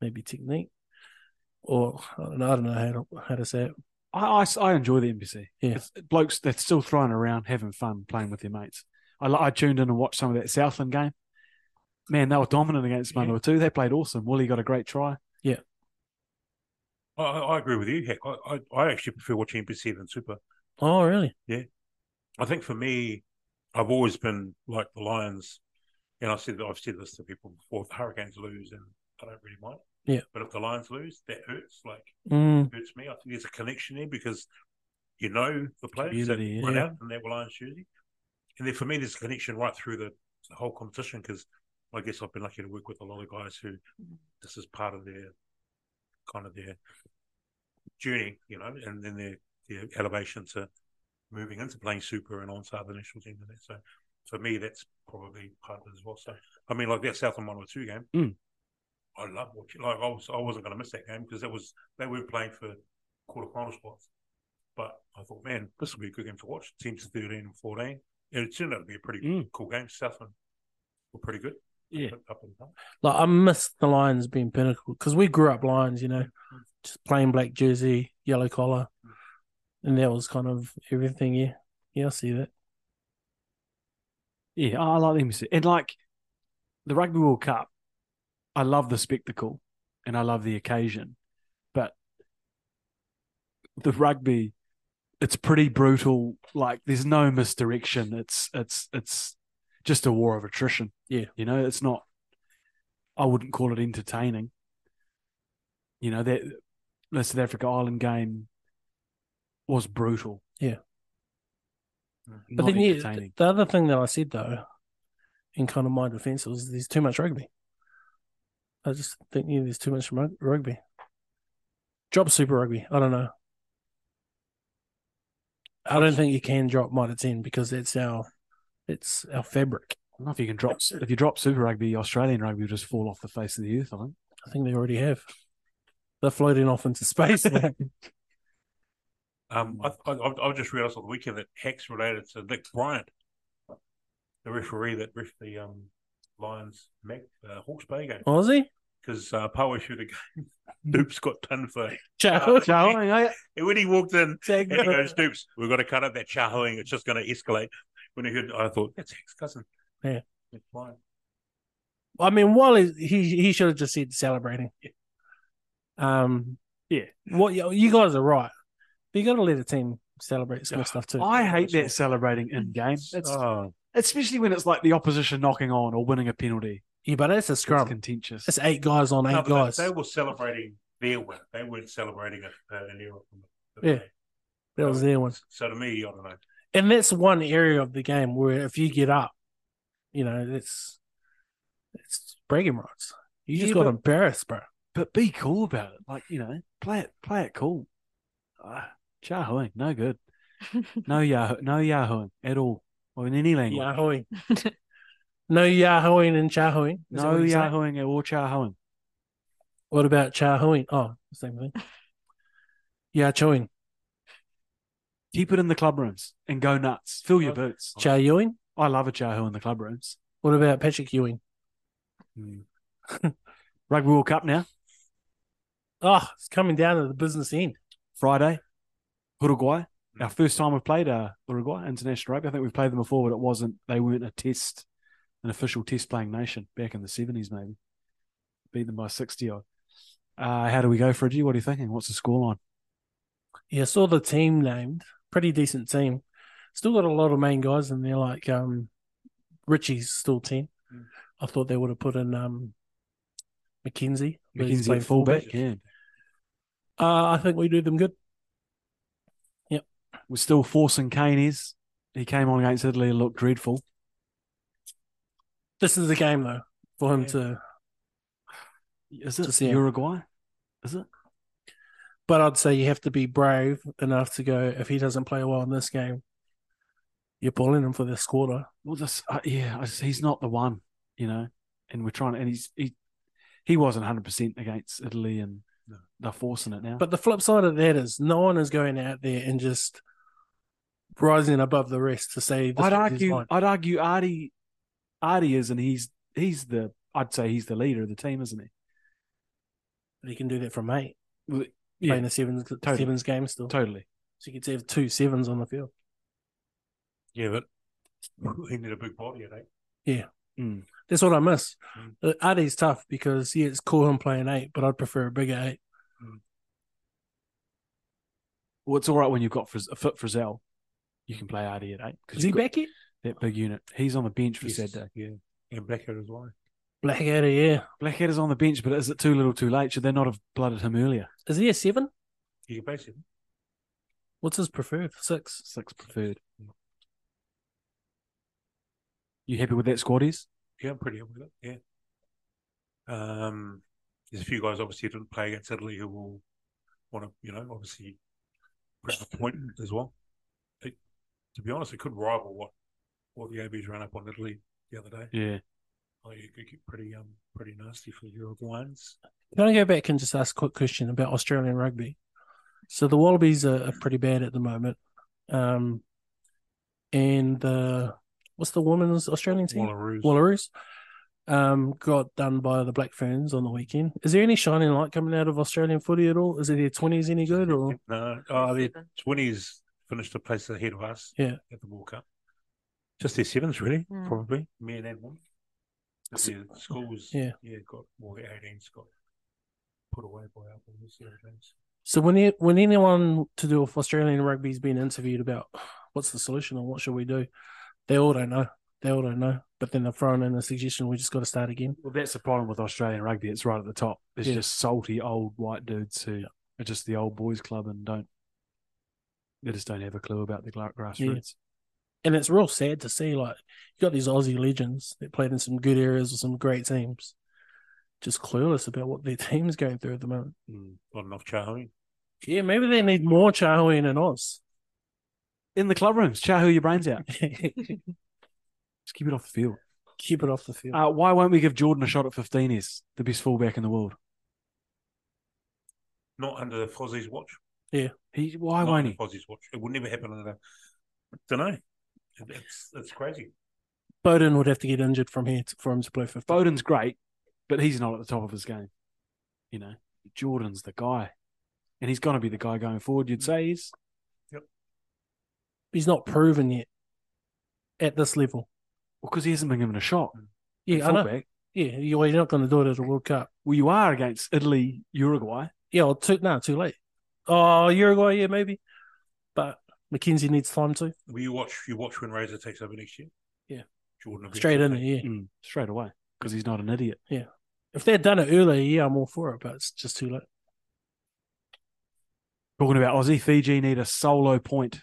maybe technique. Or I don't know, I don't know how to how to say it.
I, I s- I enjoy the NPC.
Yeah.
It's, blokes, they're still throwing around, having fun, playing with their mates. I, li- I tuned in and watched some of that Southland game. Man, they were dominant against
Yeah.
Manawa too. They played awesome. Woolley got a great try.
I, I I agree with you, Heck. I, I, I actually prefer watching NPC than Super.
Oh really?
I think for me, I've always been like the Lions, and I've said I've said this to people before. If the Hurricanes lose, and I don't really mind.
Yeah.
But if the Lions lose, that hurts. Like
Mm,
hurts me. I think there's a connection there because you know the players that
Community,
went
yeah.
out and they were Lions jersey, and then for me, there's a connection right through the, the whole competition because I guess I've been lucky to work with a lot of guys who this is part of their kind of their journey, you know, and then their their elevation to moving into playing super and on to other national teams and that. So for me, that's probably part of it as well. So I mean, like that Southland one or two game.
Mm.
I love watching. Like I was, I wasn't going to miss that game because it was they were playing for quarterfinal spots. But I thought, man, this will be a good game to watch. Teams thirteen and fourteen. And it turned out to be a pretty
Mm.
cool game. Southland were pretty good.
Yeah.
Up- up and down.
like I miss the Lions being pinnacle because we grew up Lions, you know, just plain black jersey, yellow collar, and that was kind of everything. Yeah, yeah, I see that.
Yeah, I I like the NBC. And like the Rugby World Cup, I love the spectacle and I love the occasion. But the rugby, it's pretty brutal. Like there's no misdirection. It's it's it's just a war of attrition.
Yeah.
You know, it's not I wouldn't call it entertaining. You know, that the South Africa Island game was brutal. Mm,
Yeah. But
Not
then, yeah,
entertaining.
th- the other thing that I said though, in kind of my defense, was there's too much rugby. I just think yeah, there's too much rug- rugby. Drop Super Rugby. I don't know. I don't think you can drop Mitre 10 because it's our it's our fabric.
I don't know if you can drop if you drop Super Rugby, Australian rugby will just fall off the face of the earth. I think.
I think they already have. They're floating off into space. now.
Um, I, I,
Mm.
I've- I've just realised on the weekend that Hex related to Nick Bryant, the referee that ref the um, Lions Mac, uh, Hawke's Bay game.
Oh.
Aussie?
because uh, Power should have game. Dupes got done for,
Ciao.
Joe, yeah,
and when he walked in,
Take
and he
the-
goes, Dupes, we've got to cut up that chahoing. It's just going to escalate. When I heard, I thought that's his cousin.
Yeah.
That's fine.
I mean, while he he, he should have just said celebrating. Um, yeah. What you guys are right. But you got to let a team celebrate some stuff too.
I hate that celebrating in game. That's
Oh,
especially when it's like the opposition knocking on or winning a penalty.
yeah, but it's a
It's
scrum.
contentious.
It's eight guys on eight
no, but
guys.
they, they were celebrating their win. They weren't celebrating it uh, in Europe.
Yeah. that was their one.
So to me, I don't know.
and that's one area of the game where if you get up, you know, it's it's bragging rights. You just
Yeah,
got
but-
embarrassed, bro.
but be cool about it. Like you know, play it, play it cool. Uh, Yahooing, no good. No yahoo, no yahooing at all, or in any language.
Yahooing. no yahooing and chahooing. Is that
No
what you say?
yahooing or chahooing.
What about chahooing? Oh, same thing. Yahooing.
Keep it in the club rooms and go nuts. Fill your boots.
Chahooing.
I love a Yahoo in the club rooms.
What about Patrick Ewing?
Rugby World Cup now,
Oh, it's coming down to the business end.
Friday, Uruguay.
Hmm.
Our first time we've played uh, Uruguay international rugby. I think we've played them before, but it wasn't. They weren't a test, an official test playing nation back in the seventies, maybe. Beat them by sixty odd. Uh, how do we go, Fridgie? What are you thinking? What's the scoreline?
Yeah, saw the team named. Pretty decent team. Still got a lot of main guys in there, like um Richie's still ten.
Hmm.
I thought they would have put in um McKenzie. but he's
McKenzie
playing
at fullback. Yeah,
Uh, I think we do them good.
we're still forcing Kane's. He came on against Italy and looked dreadful.
This is the game though for him
Yeah.
to.
Is it
Just, yeah.
Uruguay? Is it?
But I'd say you have to be brave enough to go. If he doesn't play well in this game, you're pulling him for this quarter.
Well, this uh, yeah, I just- he's not the one, you know. And we're trying, and he's he he wasn't hundred percent against Italy, and they're forcing it now.
But the flip side of that is no one is going out there and just rising above the rest to say. This
I'd
is
argue,
mine.
I'd argue, Artie, Artie is, and he's he's the, I'd say he's the leader of the team, isn't he?
But he can do that from eight.
Well,
playing a sevens,
totally.
sevens game still.
Totally.
So you could have two sevens on the field.
Yeah, but he need a big body, I think.
That's what I miss.
Mm.
Uh, Adi's tough because yeah, it's cool him playing eight, but I'd prefer a bigger eight.
Well, it's all right when you've got Frizz, a foot Frizzell, you can play Artie at eight
Is
because
he
you've got
back yet?
that big unit. He's on the bench for Saturday.
Yeah. And Blackhead as well.
Black Adi, yeah.
Blackhead is on the bench, but is it too little, too late? Should they not have blooded him earlier?
Is he a seven?
He can base it.
What's his preferred? Six.
Six preferred.
Mm.
You happy with that squad? Is
Yeah, I'm pretty up with it. Yeah. Um, there's a few guys obviously who didn't play against Italy who will want to, you know, obviously grab a point as well. It, to be honest, it could rival what what the ABs ran up on Italy the other day.
yeah.
Like it could get pretty um pretty nasty for the Uruguayans.
Can I go back and just ask a quick question about Australian rugby? So the Wallabies are, are pretty bad at the moment. Um, and the what's the women's Australian team?
Wallaroos.
Wallaroos um, got done by the Black Ferns on the weekend. Is there any shining light coming out of Australian footy at all? Is it their twenties any good or
No, oh, the twenties finished a place ahead of us.
Yeah.
at the World Cup. Just their sevens, really,
Mm.
probably men and women. But
So-
their schools,
yeah.
yeah, got well, the eighteens got put away by our boys. the other days.
so? When you- when anyone to do with Australian rugby is being interviewed about what's the solution or what should we do, they all don't know. They all don't know. But then they're thrown in a suggestion. We just got to start again.
Well, that's the problem with Australian rugby. It's right at the top. It's
Yeah.
just salty old white dudes who are just the old boys club and don't. They just don't have a clue about the gra- grassroots.
and it's real sad to see like you got these Aussie legends that played in some good areas with some great teams, just clueless about what their team's going through at the moment.
Not enough charming.
Yeah, maybe they need more Chahoe and Oz.
In the club rooms, chow your brains out. Just keep it off the field.
Keep it off the field.
Uh, why won't we give Jordan a shot at 15 is the best fullback in the world?
Not under the Fozzie's watch.
He why
Not
won't
under
he?
Fozzie's watch. It would never happen under. Don't know. It's it's crazy.
Bowden would have to get injured from here to, for him to play 50.
Bowden's great, but he's not at the top of his game. You know, Jordan's the guy, and he's going to be the guy going forward. You'd say he's
He's not proven yet at this level.
because he hasn't been given a shot.
Yeah, I know.
Fullback.
Yeah, you- well, you're not going to do it at a World Cup.
Well, you are against Italy, Uruguay.
Yeah, or too, no, too late. Oh, Uruguay, yeah, maybe. But McKenzie needs time too.
Will you watch? You watch when Razor takes over next year.
Yeah.
Jordan will be
Straight in there,
there.
yeah.
Mm, straight away because he's not an idiot.
If they'd done it earlier, yeah, I'm all for it, but it's just too late.
Talking about Aussie, Fiji need a solo point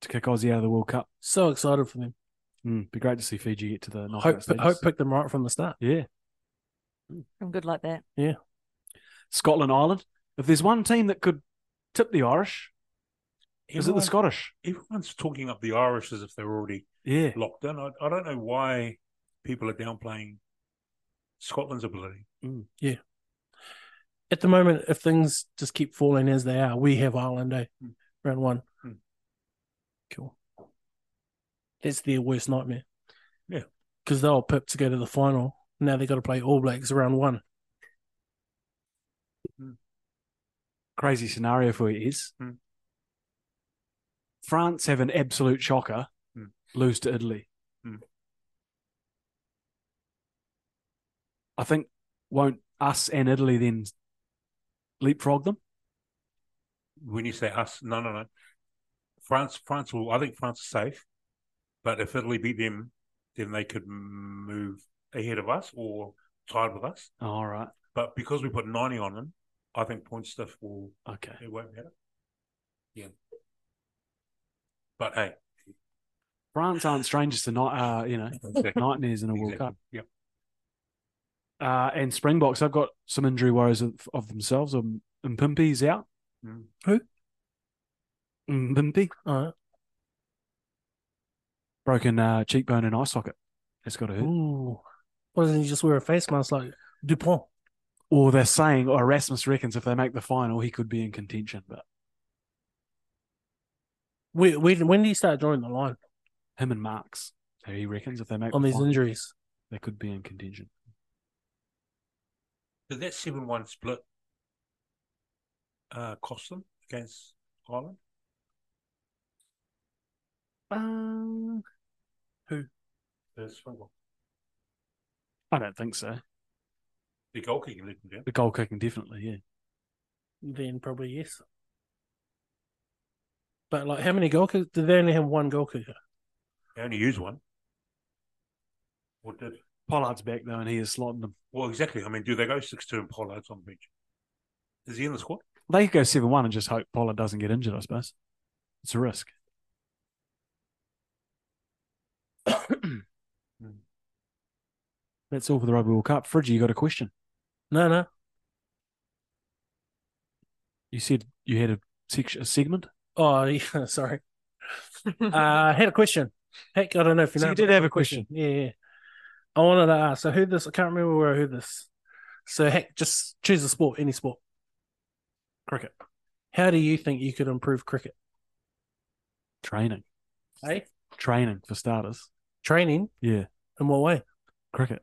to kick Aussie out of the World Cup.
So excited for them.
Mm, be great to see Fiji get to the knockout
Hope,
stages.
hope picked them right from the start.
Yeah,
I'm good like that.
Scotland, Ireland. If there's one team that could tip the Irish, is it the
Everyone-
Scottish?
Everyone's talking up the Irish as if they're already
Yeah,
locked in. I, I don't know why people are downplaying Scotland's ability.
At the moment, if things just keep falling as they are, we have Ireland, eh?
Mm.
Round one.
Mm.
Cool. That's their worst nightmare.
Yeah.
Because they'll pip to go to the final. Now they've got to play All Blacks round one.
crazy scenario for you is
Mm.
France have an absolute shocker,
Mm.
lose to Italy.
Mm.
I think won't us and Italy then leapfrog them?
When you say us, no, no, no. France, France will. I think France is safe, but if Italy beat them, then they could move ahead of us or tied with us.
All right.
But because we put ninety on them, I think point stuff will
Okay.
it won't matter. Yeah. But hey,
France aren't strangers to night, uh, you know,
exactly.
nightmares in a World
Exactly.
Cup.
Yep.
Uh, and Springboks, they've got some injury worries of, of themselves. Um, Mpimpi's out.
Mm.
Who? Oh.
Mpimpi.
All right.
Broken uh, cheekbone and eye socket. That's got to hurt.
Ooh. Why doesn't he just wear a face mask like Dupont?
Or they're saying, or Erasmus reckons if they make the final, he could be in contention. But
Where, where, when did he start drawing the line
him and Marks, so he reckons if they make
on
the
these
final,
injuries?
they could be in contention.
Did that seven one split uh, cost them against Ireland?
Um,
The uh, Springbok.
I don't think so.
The goal kicking let them down.
The goal kicking, definitely, yeah.
Then probably yes. But like, how many goal kickers? Did they only have one goal kicker?
They only used one. What did?
Pollard's back, though, and he is slotting them.
Well, exactly. I mean, do they go six two and Pollard's on the bench? Is he in the squad?
They could go 7 1 and just hope Pollard doesn't get injured, I suppose. It's a risk. That's all for the Rugby World Cup. Fridgie, you got a question.
No, no.
You said you had a, section, a segment.
Oh, yeah, sorry. uh, I had a question. Heck, I don't know if you
So
know.
you did
but-
have a question.
Yeah, yeah. I wanted to ask. I heard this. I can't remember where I heard this. So heck, just choose a sport, any sport. Cricket. How do you think you could improve cricket?
Training.
Hey,
Training, for starters.
training
Yeah.
in what way?
Cricket.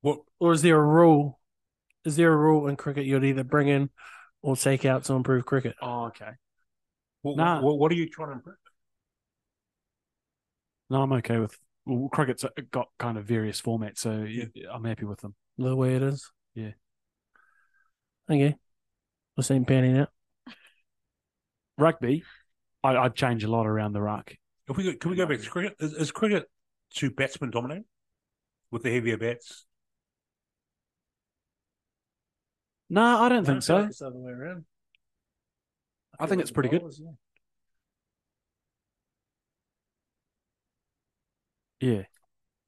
What?
Or is there a rule? Is there a rule in cricket you'd either bring in or take out to improve cricket?
Oh, okay.
What,
Nah.
what, what are you trying to improve?
No, I'm okay with well, cricket's uh, got kind of various formats, so y- I'm happy with them.
The way it is.
Yeah.
Okay. This ain't panning out.
Rugby, I, I'd change a lot around the ruck.
If we go, can we go back to cricket? Is, is cricket too batsman dominated with the heavier bats?
No, I don't think so.
It's the other way around.
I think it's pretty good. Yeah.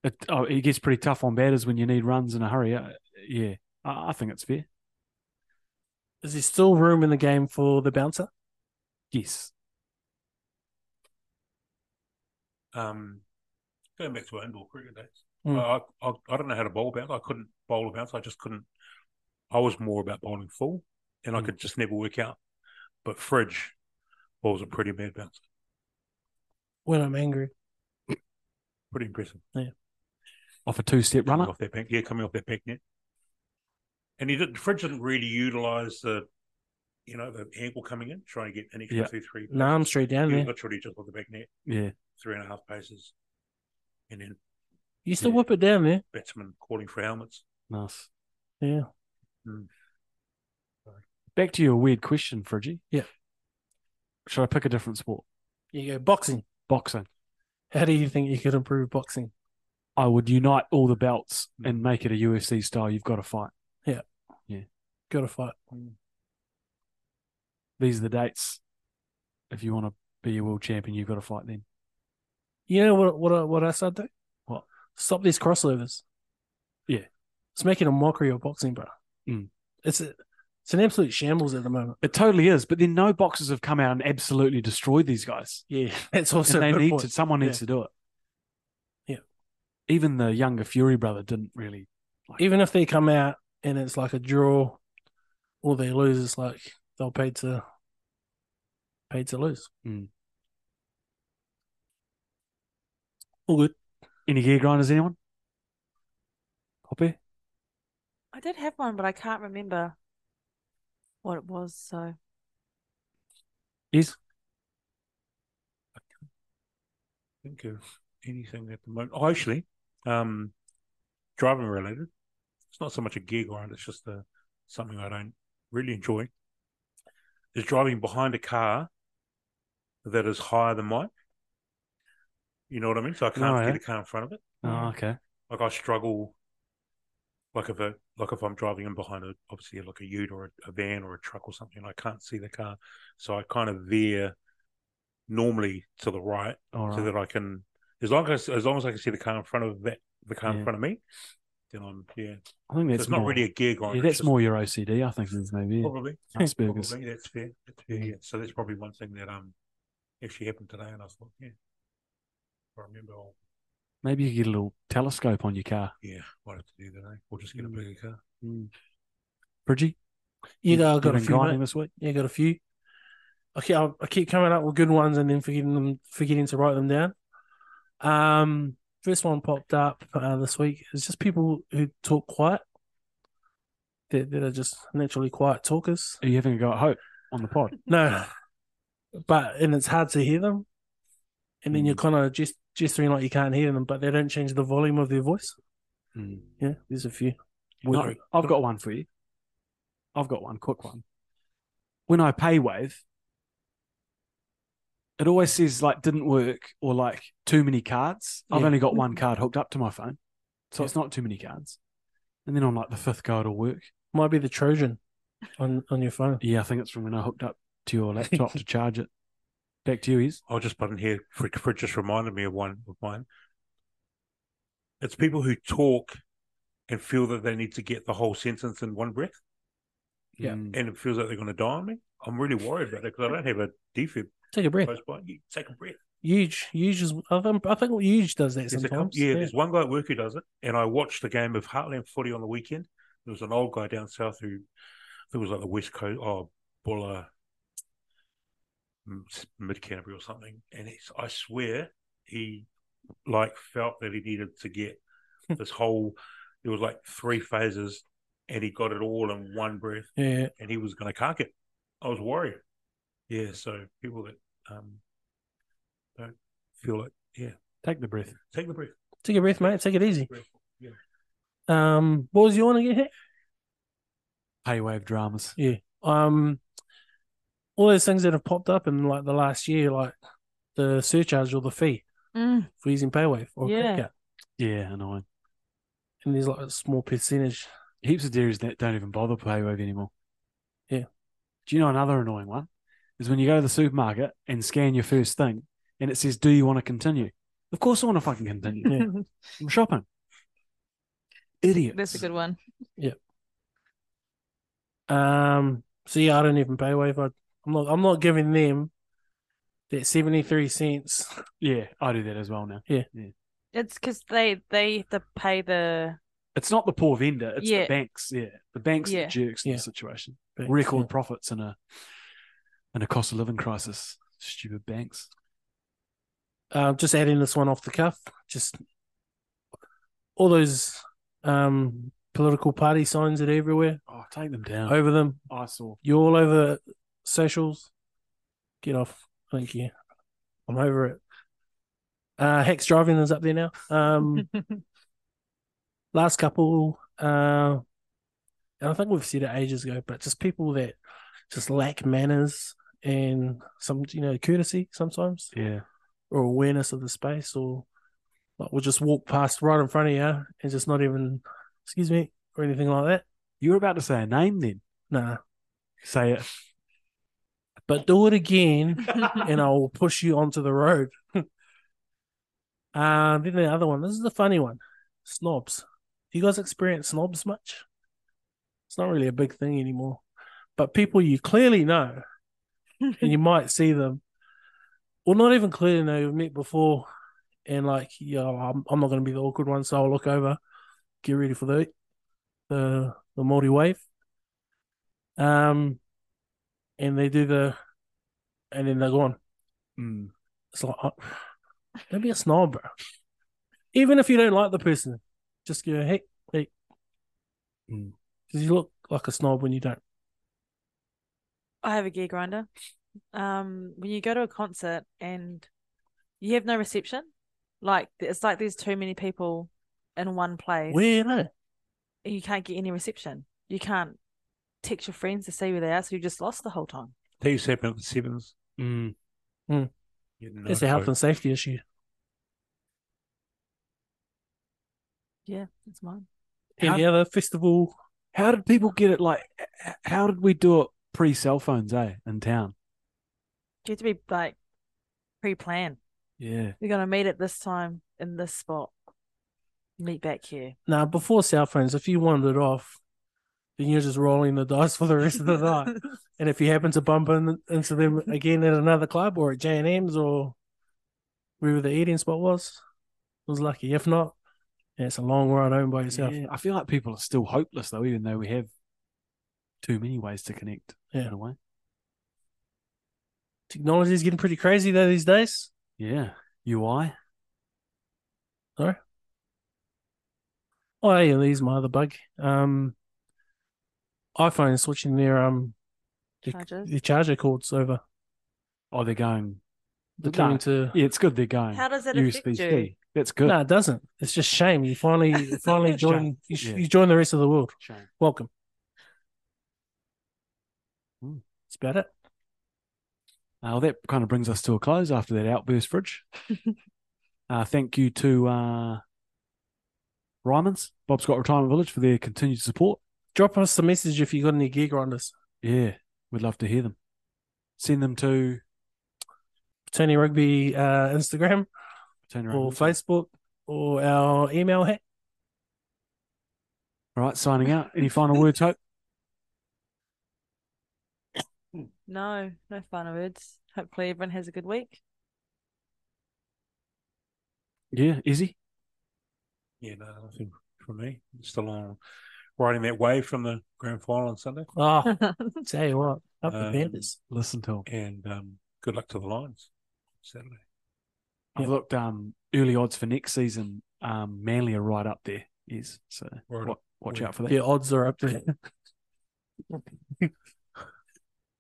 It, oh, it gets pretty tough on batters when you need runs in a hurry. Uh, yeah, I, I think it's fair.
Is there still room in the game for the bouncer?
Yes.
Um, going back to our indoor cricket days,
Mm.
I, I I don't know how to bowl bounce. I couldn't bowl a bounce. I just couldn't. I was more about bowling full, and I could just never work out. But Fridge bowls a pretty bad bouncer.
When I'm angry.
Pretty impressive.
off a two step runner.
Coming off that back, yeah, coming off that back net. And he didn't. Fridge didn't really utilise the, you know, the angle coming in, trying to get an extra
Yeah.
two, three.
No, I'm straight down
He
there.
literally just off the back net,
Yeah.
three and a half paces, and then
You still
Yeah.
whip it down there.
batsman calling for helmets.
Nice.
Yeah.
Mm.
Back to your weird question, Fridgie.
Yeah.
Should I pick a different sport?
You go boxing.
Boxing.
How do you think you could improve boxing?
I would unite all the belts and make it a UFC style. You've got to fight.
Got to fight.
These are the dates. If you want to be a world champion, you've got to fight then.
You know what? What? I- What else I'd do?
What?
Stop these crossovers.
Yeah.
it's making a mockery of boxing, bro.
Mm.
It's a, it's an absolute shambles at the moment.
It totally is. But then no boxers have come out and absolutely destroyed these guys.
Yeah, it's also
and
a
they
good
need
point.
to, someone needs to do it.
Yeah.
Even the younger Fury brother didn't really.
Even if they come out and it's like a draw, or they lose, it's like they'll pay to paid to lose.
Mm.
All good.
Any gear grinders, anyone? Hoppy?
I did have one, but I can't remember what it was. So
Is?
Think of anything at the moment. Oh, actually, um, driving related. It's not so much a gear grind. It's just a, something I don't really enjoy. Is driving behind a car that is higher than mine. You know what I mean? So I can't
No, eh?
get a car in front of it.
Oh, okay.
like I struggle like if a like if I'm driving in behind a obviously like a ute or a, a van or a truck or something, I can't see the car. So I kind of veer normally to the right
All right.
so that I can as long as as long as I can see the car in front of that the car
Yeah.
in front of me, then I'm yeah.
I think
So
that's
it's not
more-
really a gear grind.
Yeah,
it's
that's
just-
more your OCD, I think, is maybe.
Oh.
yeah.
probably
Asperger's.
probably that's fair. That's fair,
Yeah.
yeah. So that's probably one thing that um actually happened today and I thought, yeah. I remember I'll,
Maybe you get a little telescope on your car.
yeah, might have to do that, eh? Or just get a
Mm.
bigger car.
Bridgie,
You got, I got a
been
few.
grinding
mate.
this week.
Yeah, got a few. Okay, I, I keep coming up with good ones and then forgetting them, forgetting to write them down. Um, first one popped up uh, this week is just people who talk quiet. That that are just naturally quiet talkers.
Are you having a go at Hope on the pod?
No, but and it's hard to hear them, and then you're
Hmm.
kind of just gesturing like you can't hear them, but they don't change the volume of their voice.
Hmm.
Yeah, there's a few.
No,
Whether-
I've got one for you. I've got one, quick one. When I pay wave, it always says like didn't work or like too many cards. I've
Yeah.
only got one card hooked up to my phone. So it's not too many cards. And then on like the fifth go, it'll work.
might be the Trojan on on your phone.
Yeah, I think it's from when I hooked up to your laptop to charge it. Back to you, is
I'll just put in here. Fred, Fred just reminded me of one of mine. It's people who talk and feel that they need to get the whole sentence in one breath,
Yeah.
and it feels like they're going to die on me. I'm really worried about it because I don't have a defib
Take a breath.
close by. You take a breath.
Huge, huge. Is, I think I think huge does that
There's a couple-
sometimes.
yeah, there's one guy at work who does it, and I watched the game of Heartland Footy on the weekend. There was an old guy down south who, I think it was like the West Coast, oh, Buller, mm, Mid Canterbury or something, and it's, I swear he like felt that he needed to get this whole. There was like three phases, and he got it all in one breath,
yeah.
and he was going to cark it. I was worried. Yeah, so people that um, don't feel like
Take the breath.
take the breath.
Take a breath, mate. Take it easy.
breath. Yeah.
Um, what was you want to get here?
Pay wave dramas.
Um, all those things that have popped up in like the last year, like the surcharge or the fee
Mm,
for using PayWave or
Yeah.
Cricket.
Yeah, annoying.
and there's like a small percentage.
Heaps of dairies that don't even bother pay wave anymore.
Yeah.
Do you know another annoying one? Is when you go to the supermarket and scan your first thing and it says, Do you want to continue? Of course I want to fucking continue.
Yeah.
I'm shopping. Idiot.
that's a good one.
Um, so yeah, I don't even PayWave. I, I'm not. I'm not giving them that seventy three cents.
Yeah, I do that as well now.
It's because they they have to pay the
It's not the poor vendor, it's
Yeah.
the banks. Yeah. The banks
Yeah.
that jerks in
Yeah.
the situation. Record profits in a in a cost of living crisis. Stupid banks.
Uh, just adding this one off the cuff. Just all those um, political party signs that are everywhere.
Oh, take them down.
Over them.
I saw.
You're all over socials. Get off. Thank you. I'm over it. Uh, Hex driving is up there now. Um, last couple, uh, and I think we've said it ages ago, but just people that just lack manners and some, you know, courtesy sometimes
Yeah.
or awareness of the space, or like we'll just walk past right in front of you and just not even, excuse me, or anything like that.
You were about to say a name then.
Nah.
Say it.
But do it again. and I will push you onto the road. uh, then the other one. This is the funny one. Snobs. Do you guys experience snobs much? It's not really a big thing anymore. But people you clearly know and you might see them, or not even clearly know you've met before, and like, yeah, I'm, I'm not going to be the awkward one, so I'll look over, get ready for the the the Maori wave. Um, and they do the, and then they're gone. Hmm.
Mm.
It's like, oh, don't be a snob, bro. Even if you don't like the person, just go, hey, hey.
Mm.
Because you look like a snob when you don't.
I have a gear grinder. Um, when you go to a concert and you have no reception, like it's like there's too many people in one place.
Weird, eh?
and you can't get any reception. You can't text your friends to see where they are, so you just lost the whole time.
That used to happen at the sevens.
Mm.
You didn't
It's
know,
a health
so-
and safety issue.
Yeah, that's mine.
Any
How-
other festival?
How did people get it? Like, h- how did we do it pre cell phones, eh, in town?
You have to be like pre-planned.
Yeah.
We're gonna meet at this time in this spot. Meet back here.
Now, before cell phones, if you wandered off, then you're just rolling the dice for the rest of the night. And if you happen to bump in, into them again at another club or at J and M's or wherever the eating spot was, it was lucky. If not, yeah, it's a long ride home by yourself.
Yeah, I feel like people are still hopeless though, even though we have too many ways to connect
Yeah.
in a way.
Technology is getting pretty crazy though these days.
Yeah. UI.
Oh yeah, these my other bug. Um, iPhone switching their um their,
Chargers.
their charger cords over.
Oh, they're going.
They're
No.
coming to
Yeah, it's good. They're going.
How does that
USB
affect you?
C. That's good.
No, it doesn't. It's just shame. You finally you finally join
Shame.
you,
Yeah.
you join the rest of the world.
Shame.
Welcome.
Hmm.
That's about it.
Uh, well, that kind of brings us to a close after that outburst, Fridge. uh, thank you to uh, Ryman's, Bob Scott Retirement Village, for their continued support.
Drop us a message if you got any gear grinders.
Yeah, we'd love to hear them. Send them to
Tony Rugby uh, Instagram
turn around.
or Facebook or our email hat.
All right, signing out. Any final words, Hope?
No, no final words. Hopefully everyone has a good week.
Yeah, Izzy.
Yeah, no, nothing from me. Still on riding that wave from the grand final on Sunday.
Oh, tell you what, up the
Um,
Panthers.
Listen to him.
And um, good luck to the Lions Saturday.
I've looked um, early odds for next season. Um, Manly are right up there. Is so
Right
wa-
up.
watch
Yeah.
out for that.
Yeah, odds are up there.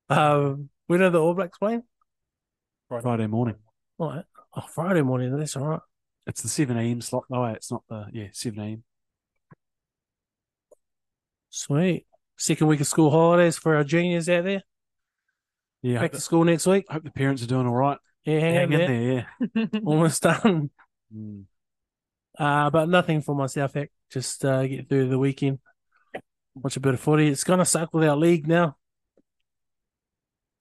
um, when are the All Blacks playing?
Friday morning.
All right. Oh, Friday morning. That's all right.
It's the seven a.m. slot. No, it's not the yeah seven a.m.
Sweet. Second week of school holidays for our juniors out there.
Yeah,
Back
hope
to
the,
school next week.
hope the parents are doing all right.
Yeah, hang,
Hang in
in there.
there. Yeah.
Almost done.
Mm.
Uh, but nothing for myself. Heck. Just uh, get through the weekend. Watch a bit of footy. It's gonna suck with our league now.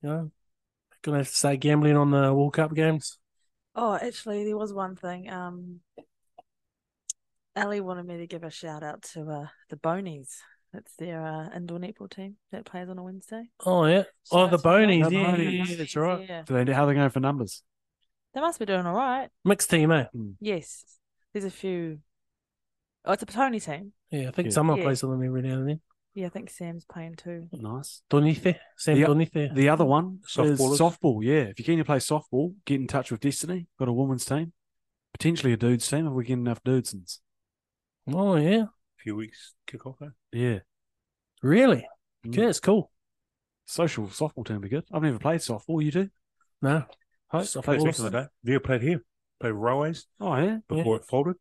You know, gonna have to start gambling on the World Cup games.
Oh, actually, there was one thing. Um, Ali wanted me to give a shout out to uh, the Bonies. That's their uh, indoor netball team that plays on a Wednesday.
Oh yeah. Oh,
Shout
the
out to them.
Bonies.
The
Yeah, yeah,
Bonies.
yeah, that's right.
Yeah.
Do they, how are they going for numbers?
They must be doing all right.
Mixed team, eh?
Yes. There's a few. Oh, it's a Tony team.
Yeah, I think
Yeah.
someone
Yeah.
plays on them every now and then.
Yeah, I think Sam's playing too.
Nice.
Donite, Sam
Yeah.
Donite.
The other one is
Softballers.
softball. Yeah, if you're keen to play softball, get in touch with Destiny. Got a women's team, potentially a dudes team if we get enough dudesons.
Oh yeah,
few weeks kick off. eh? Huh?
Yeah,
really?
Mm.
Yeah, it's cool.
social softball team would be good. I've never played softball. You do?
No,
Hope-
Softball.
play
Played back in the day. Never played here. Played railways
Oh yeah.
before it folded.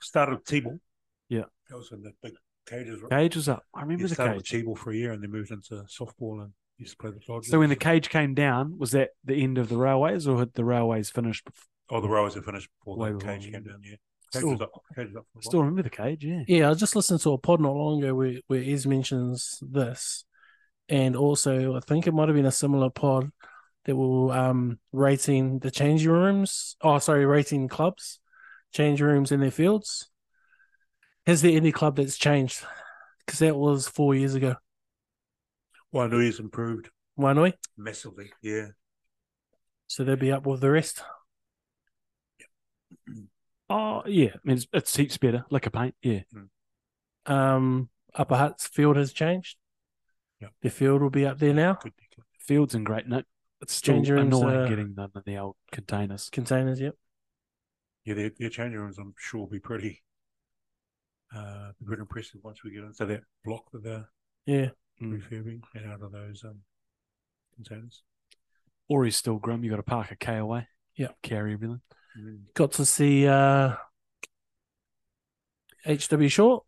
Started with T-ball.
Yeah.
That was when the big cages were.
Cage was up. I remember
You
the
started with
cage.
T-ball for a year and then moved into softball and used to play the Dodgers.
So when the cage came down, was that the end of the railways, or had the railways finished? Before?
Oh, the railways are finished before
Way
the
before,
cage
yeah.
came down. Yeah, cage
Still,
was up. Cage was up for a
still
while.
remember the cage? Yeah.
Yeah, I just listened to a pod not long ago where, where Ez mentions this. And also, I think it might have been a similar pod that we were um, rating the changing rooms. Oh, sorry, rating clubs, change rooms in their fields. Has there any club that's changed? Because that was four years ago.
Wainui's improved
Wanoi.
massively. Yeah,
So they'd be up with the rest.
Oh yeah. I mean, it's, it's heaps better. Like a paint. Yeah.
Um, Upper Hutt's field has changed.
Yep.
The field will be up there now.
good. decline.
Field's in great nick. It's still
Changing rooms,
annoying
uh,
getting them in the old containers.
Containers, yep.
Yeah, their, their changing rooms, I'm sure, will be pretty, uh, pretty impressive once we get into that block that they're
Yeah.
Mm.
refurbing and out of those um, containers.
Or he's still grim. You got to park a K away.
Yeah.
Carry everything.
Mm.
Got to see uh, HW Short.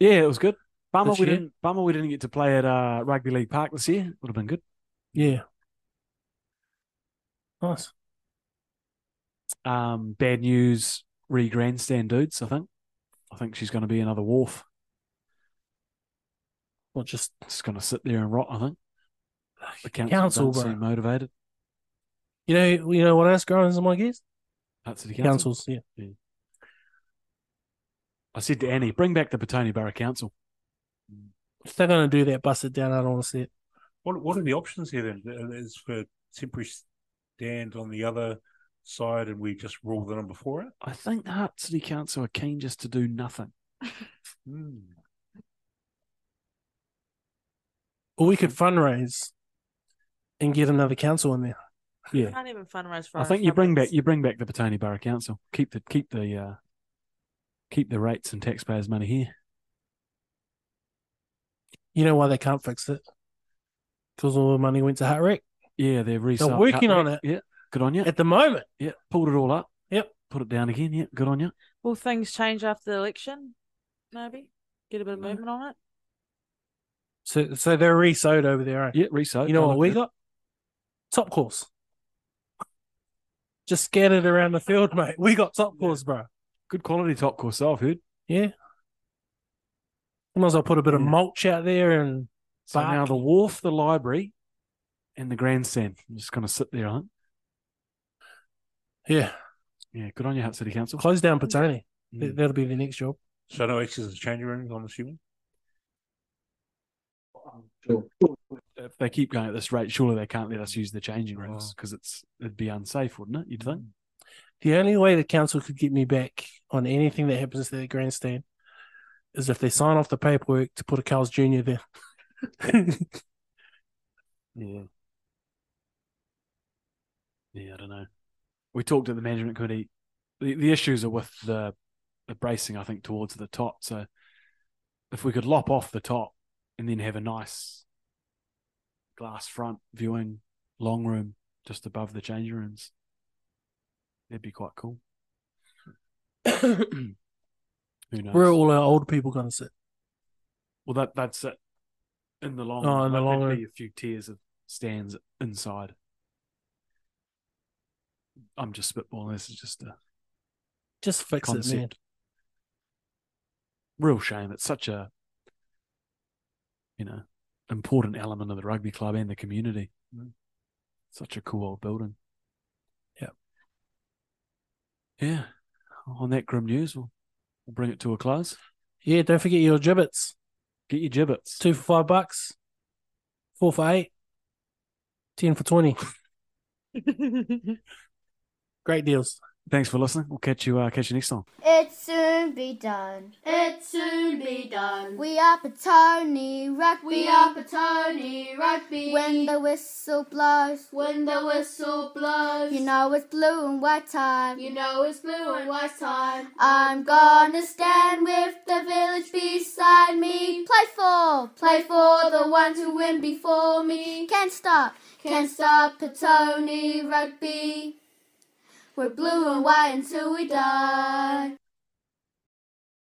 Yeah, it was good. Bummer
This
we
year?
didn't. Bummer we didn't get to play at uh, rugby league park this year. Would have been good.
Yeah. Nice.
Um, bad news. Re grandstand dudes. I think. I think she's going to be another wharf.
Well, just
Just going to sit there and rot. I think the council,
council,
doesn't
bro.
seem motivated.
You know, you know what else grows in my gears?
Part City Council.
Councils. Yeah.
I said to Annie, bring back the Petone Borough Council.
If they're going to do that, bust it down. I don't want to see it.
What what are the options here then? Uh, Is for temporary stand on the other side, and we just rule the number four out?
I think the Hart City Council are keen just to do nothing.
Mm.
Or we could fundraise and get another council in there.
Yeah.
Can't even fundraise for.
I
our
think you bring back
clubmates.
you bring back the Petone Borough Council. Keep the keep the uh, keep the rates and taxpayers' money here.
You know why they can't fix it? Because all the money went to Hut Rec.
Yeah, they're reselling.
working on it.
Yeah, good on you.
At the moment,
yeah, pulled it all up.
Yep.
put it down again. Yeah, good on you.
Will things change after the election? Maybe get a bit of movement on it.
so so they're re-sowed over there, eh? right?
Yeah, resold.
You know what we got? Top course. Just scattered around the field, mate. We got top course, bro.
Good quality top course. I've heard.
Yeah. Might as well put a bit of
Yeah.
mulch out there and
So
Bark.
now the wharf, the library, and the grandstand. I'm just going to sit there, aren't?
yeah,
Yeah, good on you, Hart City Council.
close down Petone.
Mm.
Th- That'll be the next job.
So no exits and changing rooms. I'm assuming.
if they keep going at this rate, surely they can't let us use the changing
Oh.
rooms because it's it'd be unsafe, wouldn't it? You'd think.
The only way the council could get me back on anything that happens to their grandstand is if they sign off the paperwork to put a Carl's Jr. there.
Yeah. Yeah, I don't know. We talked at the management committee. The the issues are with the the bracing, I think, towards the top. So if we could lop off the top and then have a nice glass front viewing long room just above the changing rooms, that'd be quite cool. Who knows?
Where are all our old people going to sit?
Well, that that's it. In the long,
Oh, in the
like,
long
there'd
run.
be a few tiers of stands inside. I'm just spitballing. This is just a
Just fix it, man.
concept. Real shame. It's such a, you know, important element of the rugby club and the community.
Mm.
Such a cool old building.
Yeah.
Yeah. On that grim news, we'll, we'll bring it to a close.
Yeah, don't forget your gibbets.
Get your gibbets.
Two for five bucks, four for eight, ten for 20. Great deals.
Thanks for listening. We'll catch you uh, catch you next time.
It soon be done.
It soon be done.
We are Petone Rugby.
We are Petone Rugby.
When the whistle blows,
when the whistle blows,
you know it's blue and white time.
you know it's blue and white time.
I'm gonna stand with the village beside me. Play for,
Play for the ones who win before me.
Can't stop,
Can't stop Petone Rugby.
We're blue and white until we die.